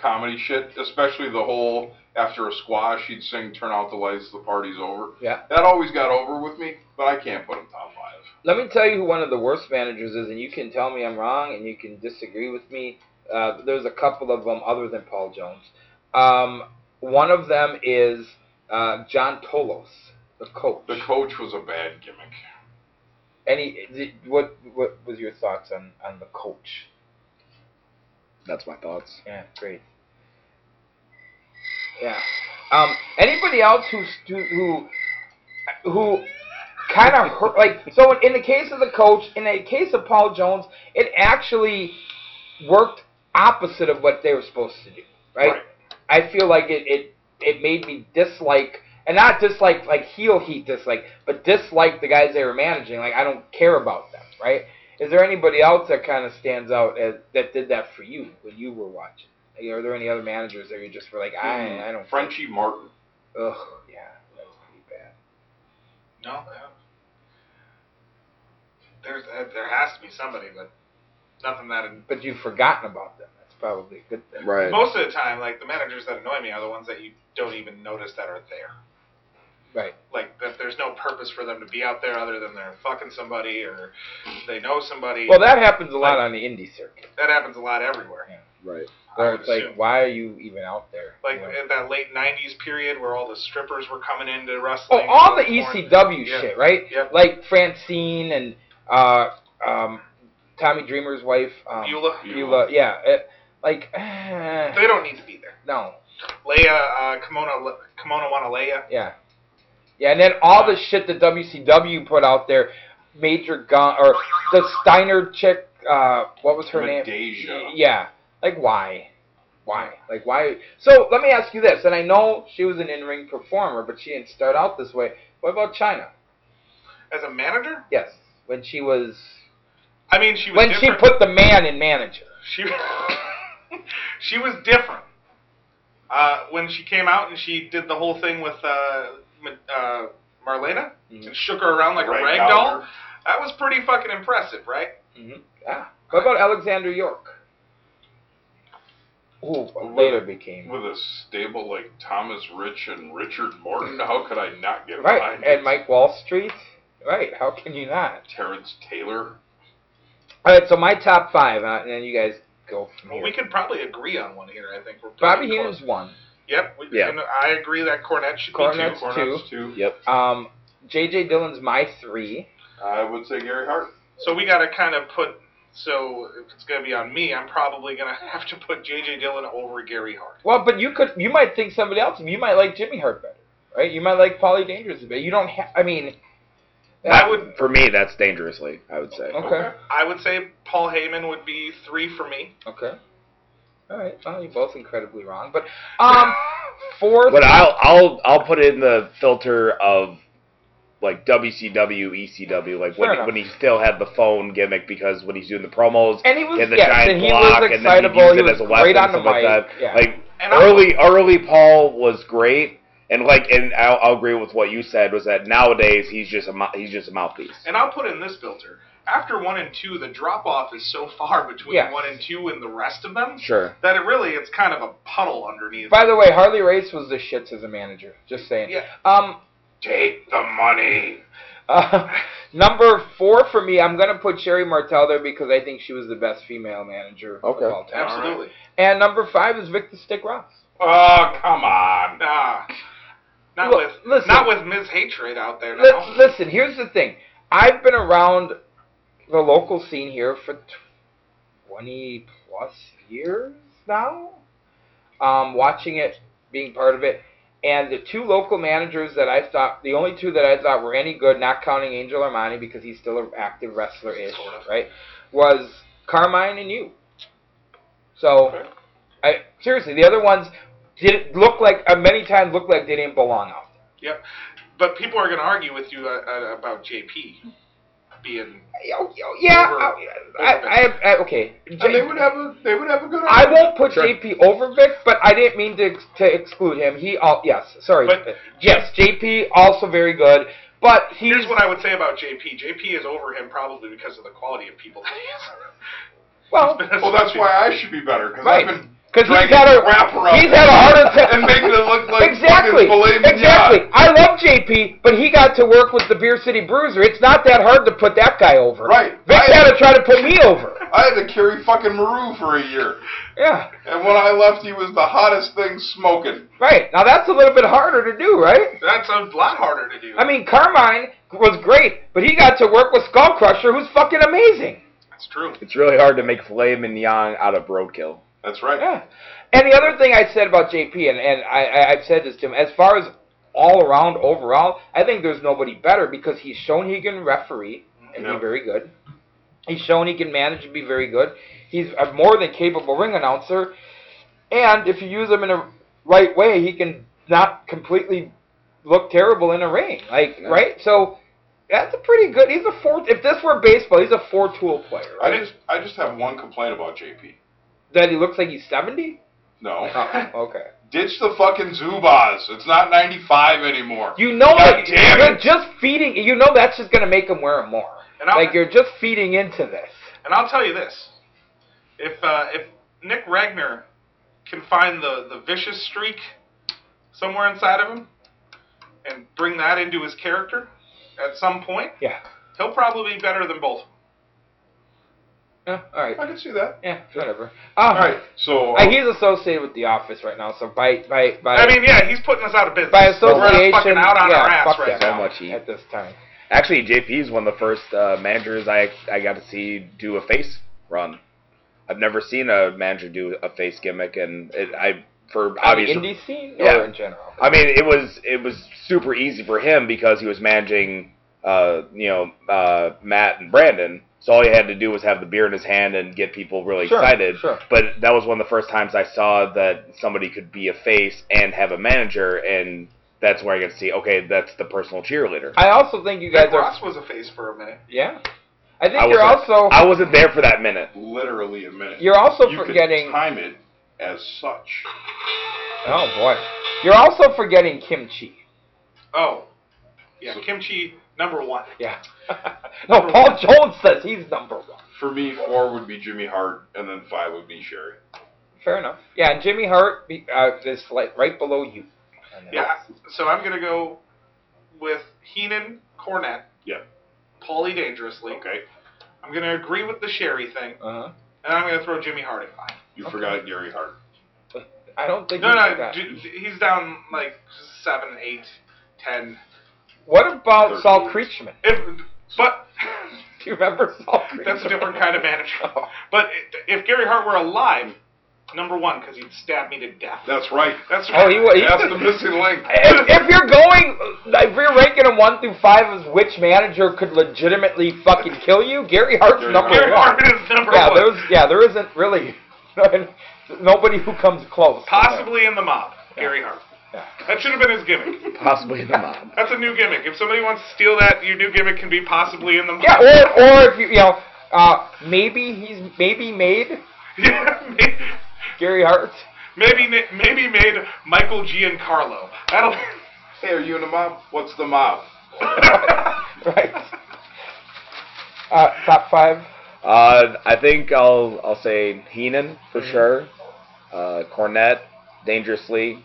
comedy shit, especially the whole after a squash, he'd sing "Turn Out the Lights, the party's over." Yeah. That always got over with me, but I can't put him top five. Let me tell you who one of the worst managers is, and you can tell me I'm wrong, and you can disagree with me. Uh, there's a couple of them other than Paul Jones. Um, one of them is uh, John Tolos, the coach. The coach was a bad gimmick. Any, did, what, what was your thoughts on, on the coach? That's my thoughts. Yeah, great. Yeah. Um, anybody else who's who who, who kind of hurt like so in, in the case of the coach, in the case of Paul Jones, it actually worked opposite of what they were supposed to do, right? Right. I feel like it it it made me dislike and not dislike like heel heat dislike, but dislike the guys they were managing. Like I don't care about them, right? Is there anybody else that kind of stands out as that did that for you when you were watching? Like, are there any other managers that you just were like, I I don't Frenchie Martin. Ugh, yeah, that was pretty bad. No. There's uh, there has to be somebody, but nothing that. But you've forgotten about them. That's probably a good thing. Right. Most of the time, like the managers that annoy me are the ones that you don't even notice that are there. Right. Like that there's no purpose for them to be out there other than they're fucking somebody or they know somebody. Well, that happens a lot on the indie circuit. that happens a lot everywhere. Right. Where I would it's like, assume. why are you even out there? Like You know? in that late '90s period where all the strippers were coming into Oh, wrestling. all the E porn. ECW Yeah. shit, right? Yep. Like Francine and uh, um, Tommy Dreamer's wife, um, Beulah. Beulah, Yeah, it, like They don't need to be there. no, Leia, uh, Kimona, Le- Kimona Wanalea. yeah, yeah, and then all the shit that WCW put out there, Major Gun or the Steiner chick, uh, what was her name? Medeja. Yeah, like why? Why? Like why? So let me ask you this, and I know she was an in-ring performer, but she didn't start out this way. What about China? As a manager? Yes, when she was I mean, she was when she different. put the man in manager. she she was different uh, when she came out and she did the whole thing with uh, Ma- uh, Marlena and shook her around like a Rag rag doll. doll. That was pretty fucking impressive, right? Yeah. Ah. What about Alexander York? Who later became With a stable like Thomas Rich and Richard Morton, how could I not get right behind and it? Mike Wall Street. Right. How can you not? Terrence Taylor? All right. So my top five, uh, and then you guys go from Well, here. we could probably agree on one here. I think we're Bobby pretty Heenan's close. one. Yep. We, Yeah. And I agree that Cornette should Cornette. That's be Cornett's two. two. Yep. Um, J.J. Dillon's my three. I would say Gary Hart. two. So we got to kind of put. So if it's gonna be on me, I'm probably gonna have to put J.J. Dillon over Gary Hart. Well, but you could, you might think somebody else. You might like Jimmy Hart better, right? You might like Paulie Dangerous better. You don't have. I mean, I would. For me, that's dangerously. I would say. Okay. I would say Paul Heyman would be three for me. Okay. All right. Well, you're both incredibly wrong, but um, fourth. But I'll I'll I'll put it in the filter of like WCW, ECW, E like Fair when, enough. when he still had the phone gimmick because when he's doing the promos And he was- and the yes, giant and he was block and then he'd excitable, use he it was as a weapon great on the stuff like mic, that. yeah. Like And I- early early Paul was great. And like, and I'll, I'll agree with what you said was that nowadays he's just a mou- he's just a mouthpiece. And I'll put in this filter. After one and two, the drop off is so far between Yes. one and two and the rest of them Sure. that it really it's kind of a puddle underneath. By the way, Harley Race was the shits as a manager. Just saying. Yeah. Um, Take the money. uh, number four for me, I'm gonna put Sherry Martel there because I think she was the best female manager Okay. of all time. Absolutely. And number five is Victor Stick Ross. Oh, come on. Nah. Not Look, with listen. not with Ms. Hatred out there Li- now. listen, here's the thing. I've been around the local scene here for t- 20 plus years now. Um, watching it, being part of it. And the two local managers that I thought, the only two that I thought were any good, not counting Angel Armani because he's still an active wrestler ish, right? Was Carmine and you. So, I seriously, the other ones didn't look like, uh, many times looked like they didn't belong out there. Yep. But people are going to argue with you uh, uh, about JP being. Yo- yo- Yeah, uh, I, I, I, I okay. And they would have a they would have a good. I argument. won't put JP over Vic, but I didn't mean to to exclude him. He all yes, sorry. But- yes, JP also very good, but he's Here's what I would say about JP. JP is over him probably because of the quality of people that he well is. Well, that's why I should be better because right I've been because he's dragging had a the wrapper up he's had a heart attack and making it look like exactly fucking filet mignon. exactly. I love JP, but he got to work with the Beer City Bruiser. It's not that hard to put that guy over. Right. Vic I- had to try to put me over. I had to carry fucking Maru for a year, Yeah, and when I left, he was the hottest thing smoking. right. Now that's a little bit harder to do, right? That's a lot harder to do. I mean, Carmine was great, but he got to work with Skull Crusher, who's fucking amazing. that's true. It's really hard to make filet mignon out of broadkill. That's right. Yeah. And the other thing I said about JP, and, and I, I, I've said this to him, as far as all around, overall, I think there's nobody better because he's shown he can referee and Yeah. be very good. He's shown he can manage and be very good. He's a more than capable ring announcer. And if you use him in the right way, he can not completely look terrible in a ring. Like, right? So that's a pretty good. He's a four. If this were baseball, he's a four-tool player. Right? I just I just have one complaint about JP. That he looks like he's seventy. No, Oh, Uh-huh. okay. ditch the fucking Zubaz. It's not 95 anymore. You know God that damn you're it. just feeding. You know that's just gonna make him wear it more. And I'll- like you're just feeding into this. And I'll tell you this: if uh, if Nick Ragnar can find the the vicious streak somewhere inside of him and bring that into his character at some point, Yeah. he'll probably be better than both. Yeah. All right. I can see that. Yeah. Whatever. All right. So Uh, he's associated with the office right now, so by by by I mean, yeah, he's putting us out of business. by We're association, fucking out on yeah, our ass fuck that right now. So much heat. at this time. Actually, JP is one of the first uh, managers I I got to see do a face run. I've never seen a manager do a face gimmick, and it, I for obvious. In the indie scene Yeah. or in general. I mean, it was it was super easy for him because he was managing, uh, you know, uh, Matt and Brandon. So all he had to do was have the beer in his hand and get people really Sure, excited. sure. But that was one of the first times I saw that somebody could be a face and have a manager, and that's where I got to see. Okay, that's the personal cheerleader. I also think you guys Nick are. Ross was a face for a minute. Yeah. I think I you're wasn't- also I wasn't there for that minute. literally a minute. you're also you forgetting. could time it as such. Oh boy. You're also forgetting kimchi. Oh, yeah, kimchi number one. Yeah. no, Paul Jones says he's number one. For me, four would be Jimmy Hart, and then five would be Sherry. Fair enough. Yeah, and Jimmy Hart be- uh, is like right below you. And then- Yeah, so I'm gonna go with Heenan, Cornette, Yeah. Paulie Dangerously. Okay. I'm gonna agree with the Sherry thing. Uh-huh. And I'm going to throw Jimmy Hart at five. You forgot Gary Hart. I don't think. No, he no, forgot. d- he's down like seven, eight, ten. what about Saul Thirteen. Creechman? If, but Do you remember Saul Creechman? that's a different kind of manager. Oh. But i- if Gary Hart were alive, number one, because he'd stab me to death. That's right. That's Oh, he wa- he- That's the missing link. If, if you're going, if you're ranking him one through five as which manager could legitimately fucking kill you, Gary Hart's Gary number Gary one. Hart is number yeah, one. there's yeah, there isn't really nobody who comes close. to him. Possibly in the mob, Gary Hart. Yeah. That should have been his gimmick. Possibly the mob. That's a new gimmick. If somebody wants to steal that, your new gimmick can be possibly in the mob. Yeah, or or if you you know, uh, maybe he's maybe made Yeah, may- Gary Hart. maybe na- maybe made Michael Giancarlo. That'll. Hey, are you in the mob? What's the mob? right. Uh, top five. Uh, I think I'll I'll say Heenan for sure. Uh, Cornette, dangerously.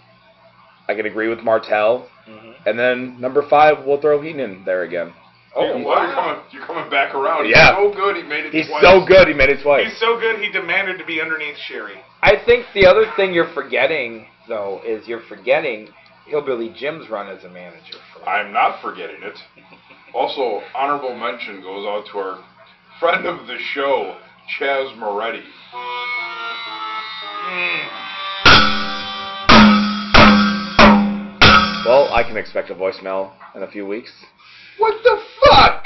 I can agree with Martel. And then number five, we'll throw Heenan there again. Oh, well, you're coming, you're coming back around. Yeah. He's so good. He made it He's twice. so good, he made it twice. He's so good, he demanded to be underneath Sherry. I think the other thing you're forgetting though is you're forgetting Hillbilly Jim's run as a manager. For I'm not forgetting it. Also, honorable mention goes out to our friend of the show, Chaz Moretti. Well, I can expect a voicemail in a few weeks. What the fuck?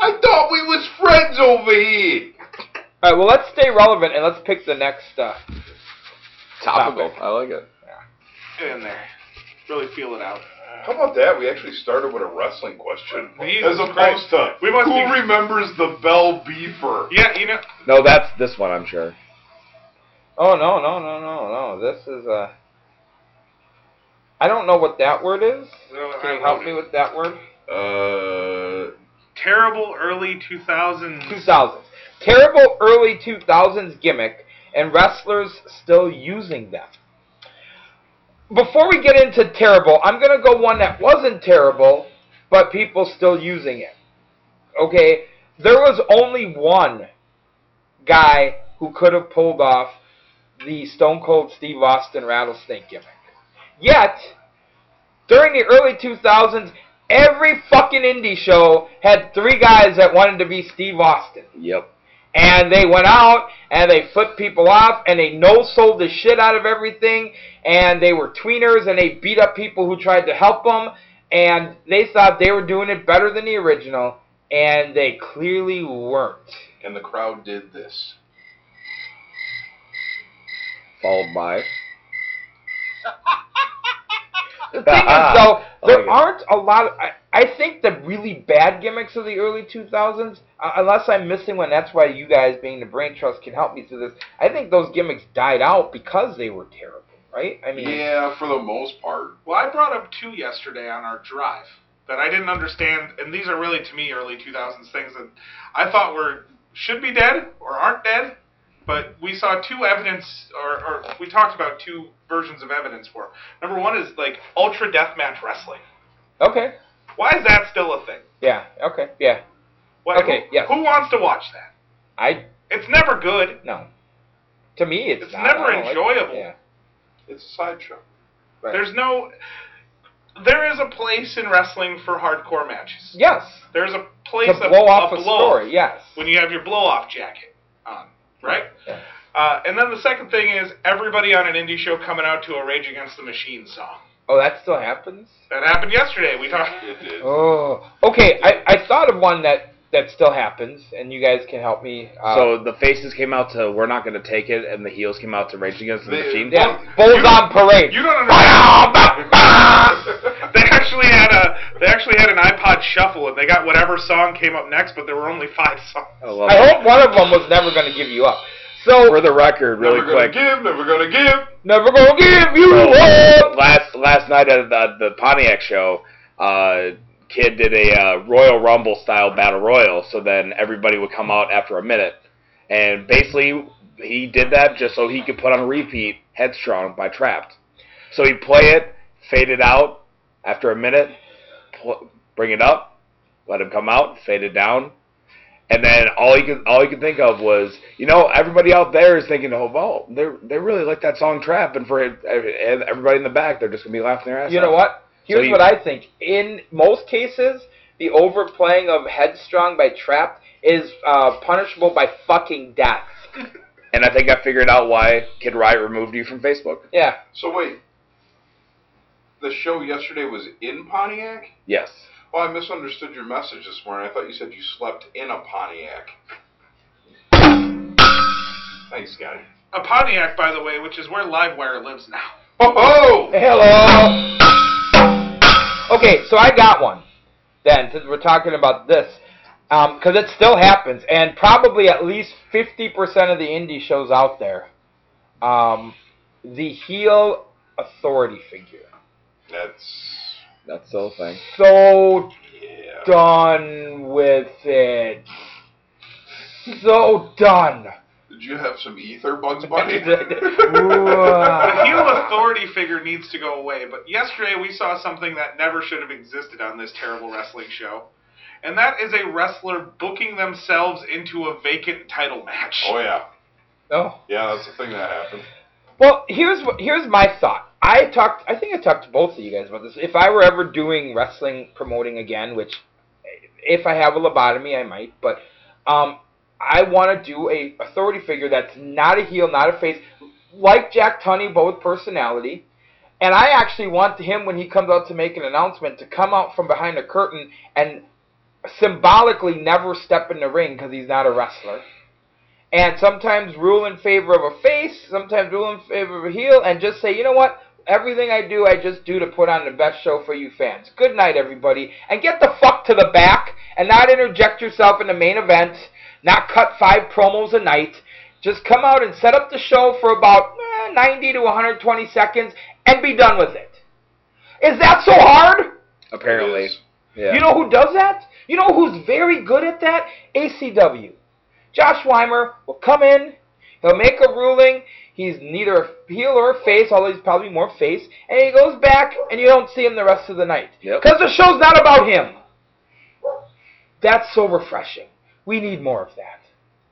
I thought we was friends over here. All right, well, let's stay relevant and let's pick the next uh, Topical. Topic. I like it. Get in there. Really feel it out. How about that? We actually started with a wrestling question, Jesus as opposed Christ. to We must who be- remembers the Bell Beefer. Yeah, you know, No, that's this one, I'm sure. Oh no no no no no! This is Uh, I don't know what that word is. No, Can you I help wrote me it. with that word? Uh, terrible early 2000s. 2000s. Terrible early 2000s gimmick, and wrestlers still using them. Before we get into terrible, I'm going to go one that wasn't terrible, but people still using it. Okay? There was only one guy who could have pulled off the Stone Cold Steve Austin rattlesnake gimmick. Yet, during the early 2000s, every fucking indie show had three guys that wanted to be Steve Austin. Yep. And they went out and they flipped people off and they no sold the shit out of everything and they were tweeners and they beat up people who tried to help them and they thought they were doing it better than the original and they clearly weren't. and the crowd did this. Followed by. The thing is, though, Oh, there yeah. aren't a lot. Of, I, I think the really bad gimmicks of the early 2000s, uh, unless I'm missing one, that's why you guys, being the brain trust, can help me through this. I think those gimmicks died out because they were terrible, right? I mean, Yeah, for the most part. Well, I brought up two yesterday on our drive that I didn't understand, and these are really to me early 2000s things that I thought were should be dead or aren't dead, but we saw two evidence, or, or we talked about two versions of evidence for. 'em. Number one is like ultra deathmatch wrestling. okay. Why is that still a thing? Yeah, okay, yeah. What, Okay, who, yeah. who wants to watch that? I, It's never good. no. To me, it's, It's not. never I don't like- enjoyable. yeah. It's a sideshow. Right. There's no. There is a place in wrestling for hardcore matches. Yes. There's a place To a- blow off a, blow story, yes. when you have your blow off jacket on, right? Yeah. Uh, and then the second thing is everybody on an indie show coming out to a Rage Against the Machine song. Oh, that still happens? That happened yesterday. We talked. It did. Oh, okay. I, I thought of one that, that still happens, and you guys can help me. Uh, so the faces came out to "We're not going to take it," and the heels came out to "Rage Against the They- Machine." Yeah, Well, Bulls you- on Parade. You don't understand. they actually had a they actually had an iPod shuffle and they got whatever song came up next, but there were only five songs. I love I it. hope one of them was never going to give you up. So, Oh, For the record, really never quick. gonna give, never gonna give. never going to give you So, uh, up. last last night at the, the Pontiac show, uh, kid did a uh, Royal Rumble style battle royal. So then everybody would come out after a minute, and basically he did that just so he could put on a repeat "Headstrong" by Trapped. So he'd play it, fade it out after a minute, pl- bring it up, let him come out, fade it down. And then all he could all he could think of was, you know, everybody out there is thinking, oh, well, they they really like that song "Trap," and for ev- ev- everybody in the back, they're just gonna be laughing their ass. You know off. what? Here's you- what I think. In most cases, the overplaying of Headstrong by Trapped is uh, punishable by fucking death. And I think I figured out why Kid Riot removed you from Facebook. Yeah. So wait, the show yesterday was in Pontiac. Yes. Well, I misunderstood your message this morning. I thought you said you slept in a Pontiac. Thanks, guy. A Pontiac, by the way, which is where Livewire lives now. Ho ho! Hello. Okay, so I got one. Then, since we're talking about this, because it still happens, and probably at least fifty percent of the indie shows out there, um, the heel authority figure. That's That's the whole thing. So yeah. done with it. So done. Did you have some ether, Bugs Bunny? The heel Wow. authority figure needs to go away, but yesterday we saw something that never should have existed on this terrible wrestling show. And that is a wrestler booking themselves into a vacant title match. oh yeah, Oh. yeah. That's the thing that happened. Well, here's what here's my thought. I talked. I think I talked to both of you guys about this. If I were ever doing wrestling promoting again, which if I have a lobotomy, I might. But um, I want to do a authority figure that's not a heel, not a face, like Jack Tunney, but with personality. And I actually want him when he comes out to make an announcement to come out from behind a curtain and symbolically never step in the ring because he's not a wrestler. And sometimes rule in favor of a face, sometimes rule in favor of a heel, and just say, you know what? Everything I do, I just do to put on the best show for you fans. Good night, everybody. And get the fuck to the back and not interject yourself in the main event, not cut five promos a night. Just come out and set up the show for about eh, 90 to 120 seconds and be done with it. Is that so hard? apparently. It is. Yeah. You know who does that? You know who's very good at that? ACW. Josh Weimer will come in, he'll make a ruling. He's neither a heel or a face, although he's probably more face, and he goes back and you don't see him the rest of the night. Yep. Because the show's not about him. That's so refreshing. We need more of that.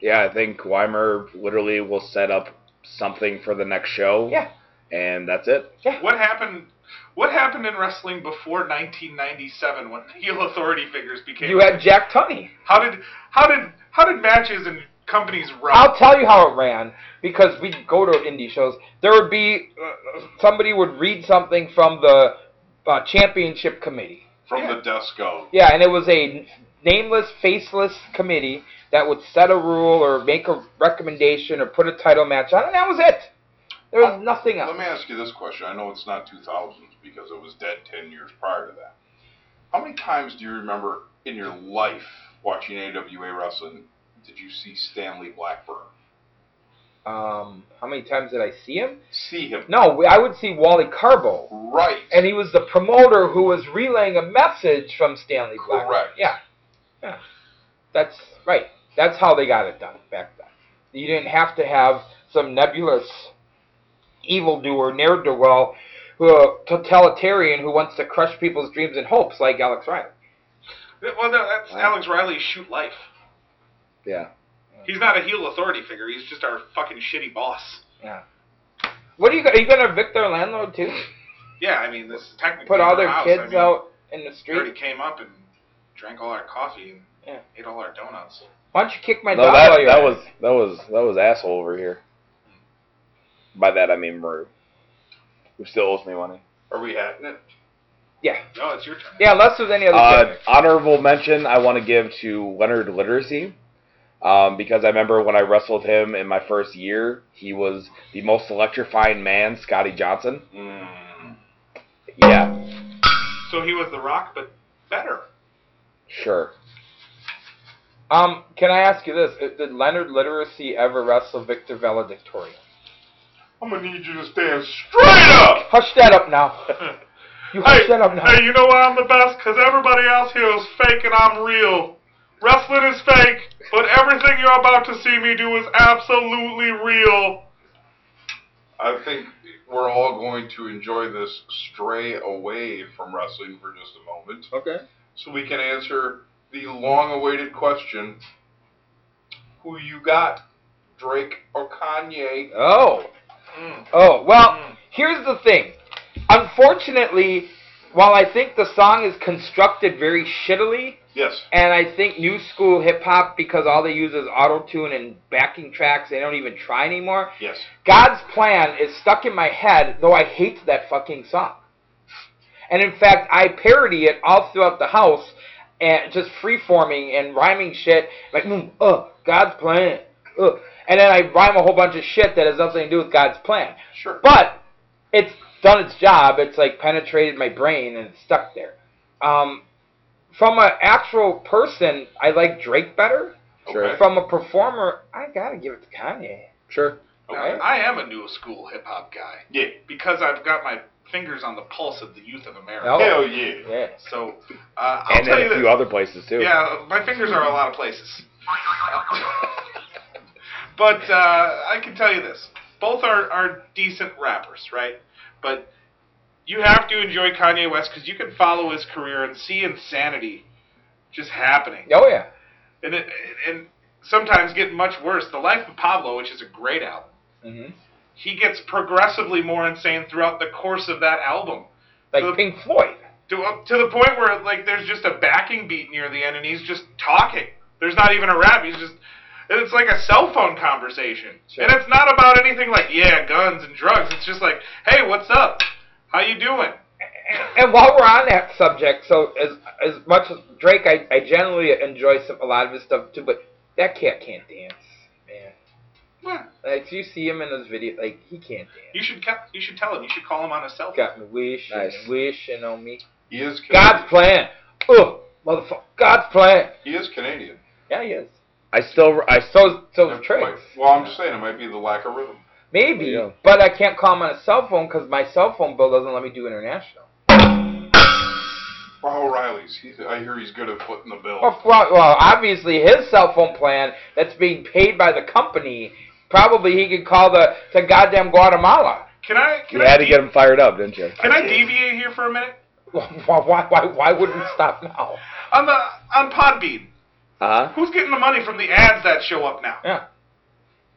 yeah, I think Weimer literally will set up something for the next show. Yeah. And that's it. What happened? What happened in wrestling before 1997 when heel authority figures became? You had Jack Tunney. how did how did how did matches and companies run? I'll tell you how it ran because we'd go to indie shows. There would be uh, somebody would read something from the uh, championship committee. From the desk of. Yeah, and it was a nameless, faceless committee that would set a rule or make a recommendation or put a title match on, and that was it. There was nothing Let else. me ask you this question. I know it's not 2000s because it was dead 10 years prior to that. How many times do you remember in your life watching AWA wrestling did you see Stanley Blackburn? Um, how many times did I see him? See him. No, we- I would see Wally Carbo, Right. and he was the promoter who was relaying a message from Stanley Black. Correct. Yeah, yeah, that's right. That's how they got it done back then. You didn't have to have some nebulous evildoer, ne'er do well, who a totalitarian who wants to crush people's dreams and hopes, like Alex Riley. well, no, that's Alex Riley's shoot life. Yeah. He's not a heel authority figure. He's just our fucking shitty boss. Yeah. What are you? go- Are you gonna evict their landlord too? Yeah, I mean this is technically Put all our their house. kids I mean, out in the They already street? came up and drank all our coffee and Yeah. ate all our donuts. Why don't you kick my No, dog that while you're that at was it? that was that was asshole over here. By that I mean Maru. Who still owes me money. Are we hatting it? Yeah. No, it's your turn. Yeah. Unless there's any other. Uh, gimmick. honorable mention I want to give to Leonard Literacy. Um, because I remember when I wrestled him in my first year, he was the most electrifying man, Scotty Johnson. Mm. Yeah, So he was The Rock, but better. sure. um, can I ask you this? Uh, Did Leonard Literacy ever wrestle Victor Valedictorian? I'm gonna need you to stand straight up. Hush that up now. You hush that up now. hey, you know why I'm the best? Because everybody else here is fake and I'm real. Wrestling is fake, but everything you're about to see me do is absolutely real. I think we're all going to enjoy this stray away from wrestling for just a moment. Okay. so we can answer the long-awaited question: Who you got, Drake or Kanye? Oh. Oh, well, here's the thing. Unfortunately, while I think the song is constructed very shittily, Yes, and I think new school hip hop, because all they use is auto tune and backing tracks, they don't even try anymore. yes. God's plan is stuck in my head, though I hate that fucking song. And in fact, I parody it all throughout the house, and just free-forming and rhyming shit like, mm, uh, God's plan, uh, and then I rhyme a whole bunch of shit that has nothing to do with God's plan. Sure. But it's done its job. It's like penetrated my brain and it's stuck there. Um, from an actual person, I like Drake better. Sure. From a performer, I gotta give it to Kanye. Sure. Right? I am a new school hip hop guy Yeah. because I've got my fingers on the pulse of the youth of America. Oh. Hell yeah. Yeah. So uh, I'll And tell then you a few this. other places too. Yeah, my fingers are a lot of places. but uh, I can tell you this: both are, are decent rappers, right? But you have to enjoy Kanye West because you can follow his career and see insanity just happening, Oh yeah. and it, and sometimes get much worse. The Life of Pablo, which is a great album, Mhm. he gets progressively more insane throughout the course of that album. Like So- Pink Floyd. to up to the point where like there's just a backing beat near the end, and he's just talking. There's not even a rap. He's just and it's like a cell phone conversation, Sure. and it's not about anything like yeah, guns and drugs. It's just like, hey, what's up? How you doing? And while we're on that subject, so as as much as Drake, I, I generally enjoy some, a lot of his stuff too, but that cat can't dance, man. Well, Like you see him in those videos, like he can't dance. you should ca- you should tell him. You should call him on a cell phone. Got me wishing, Nice. and wishing on me. He is Canadian. God's plan. Oh, motherfucker, God's plan. He is Canadian. Yeah, he is. I still I still So so is Never Drake. quite- Well, I'm just saying it might be the lack of rhythm. Maybe, There you go. but I can't call him on a cell phone because my cell phone bill doesn't let me do international. Well, O'Reilly's. He's, I hear he's good at footing the bill. Well, well, well, obviously his cell phone plan that's being paid by the company. Probably he could call the to goddamn Guatemala. Can I? Can you I had to de- get him fired up, didn't you? Can I deviate here for a minute? Why, why, why, why would we stop now? On the on Podbean, Uh huh. who's getting the money from the ads that show up now? Yeah.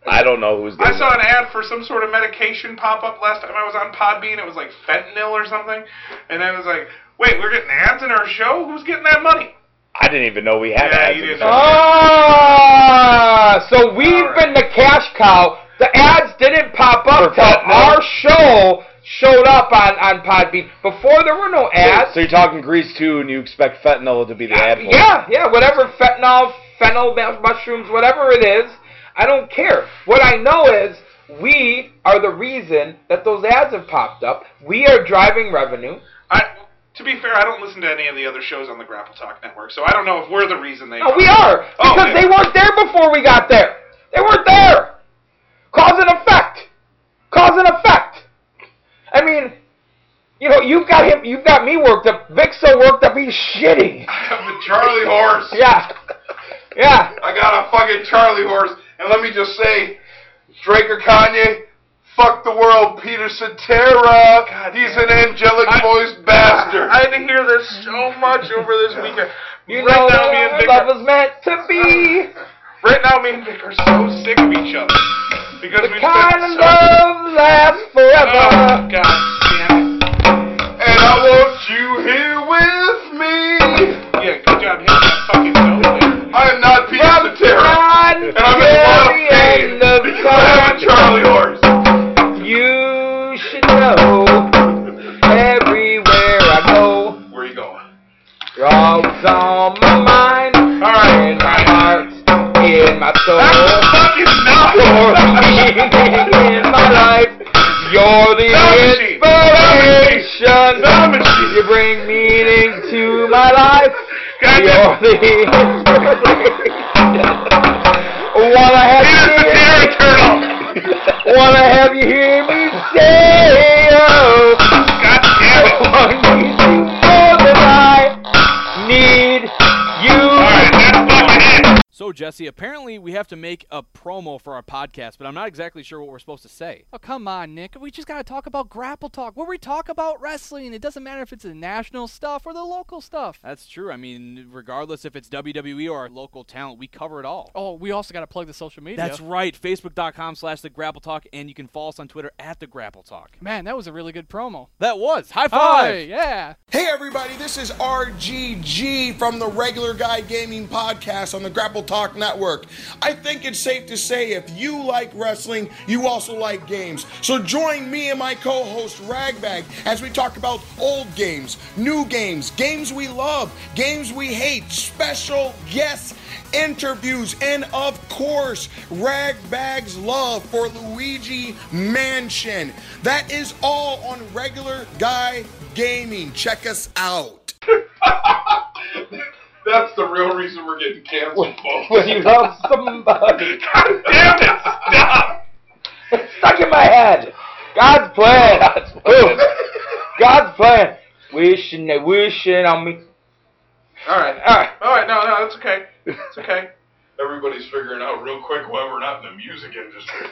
I don't know who's. I doing saw that. an ad for some sort of medication pop up last time I was on Podbean. It was like fentanyl or something, and I was like, "Wait, we're getting ads in our show? Who's getting that money?" I didn't even know we had. Yeah, ads you in didn't the know. show. Ah, so we've All been right. the cash cow. The ads didn't pop up For till fentanyl. our show showed up on, on Podbean. Before there were no ads. So you're talking Grease 2 and you expect fentanyl to be the ad for it. Yeah, yeah, whatever fentanyl, fennel mu- mushrooms, whatever it is, I don't care. What I know is we are the reason that those ads have popped up. We are driving revenue. I, to be fair, I don't listen to any of the other shows on the Grapple Talk Network, so I don't know if we're the reason they. No, we are Oh, because yeah. they weren't there before we got there. They weren't there. Cause and effect. Cause and effect. I mean, you know, you've got him. You've got me worked up. Vic's so worked up, he's shitting. The Charlie horse. Yeah, yeah. I got a fucking Charlie horse. And let me just say, Drake or Kanye, fuck the world, Peter Cetera. He's an angelic voiced bastard. I had to hear this so much over this weekend. You right know, now, me and Vic are- love is meant to be. right now, me and Vic are so sick of each other because The we've kind of been so. love lasts oh, forever. God damn it! and I want you here with me. Yeah, good job hitting that fucking note there. I am not Peter From Cetera. time And I'm in a lot of pain to the end of because I have a time. Charlie horse. You should know everywhere I go. Where you going? You're always on my mind. In my heart, in my soul. You're meaning in my life. You're the Machine. inspiration. You bring meaning to my life. You're the inspiration. Wanna have you Wanna have you hear me say oh God damn it! I need you more than I need you So, Jesse, apparently we have to make a promo for our podcast, but I'm not exactly sure what we're supposed to say. Oh, come on, Nick. We just got to talk about grapple talk, where we talk about wrestling. It doesn't matter if it's the national stuff or the local stuff. That's true. I mean, regardless if it's WWE or our local talent, we cover it all. Oh, we also got to plug the social media. That's right. Facebook.com slash The Grapple Talk, and you can follow us on Twitter at The Grapple Talk. Man, that was a really good promo. That was. High five! Hey, yeah. Hey everybody, this is RGG from the Regular Guy Gaming Podcast on the Grapple Talk Network. I think it's safe to say if you like wrestling, you also like games. So join me and my co-host Ragbag as we talk about old games, new games, games we love, games we hate, special guests, interviews, and of course, Ragbag's love for Luigi Mansion. That is all on Regular Guy Gaming. Check us out. That's the real reason we're getting canceled, folks. when you love somebody. God damn it! Stop! It's stuck in my head. God's plan. Ooh. God's plan. Wishing, they wishing on me. All right. All right. All right. No, no, it's okay. It's okay. Everybody's figuring out real quick why we're not in the music industry.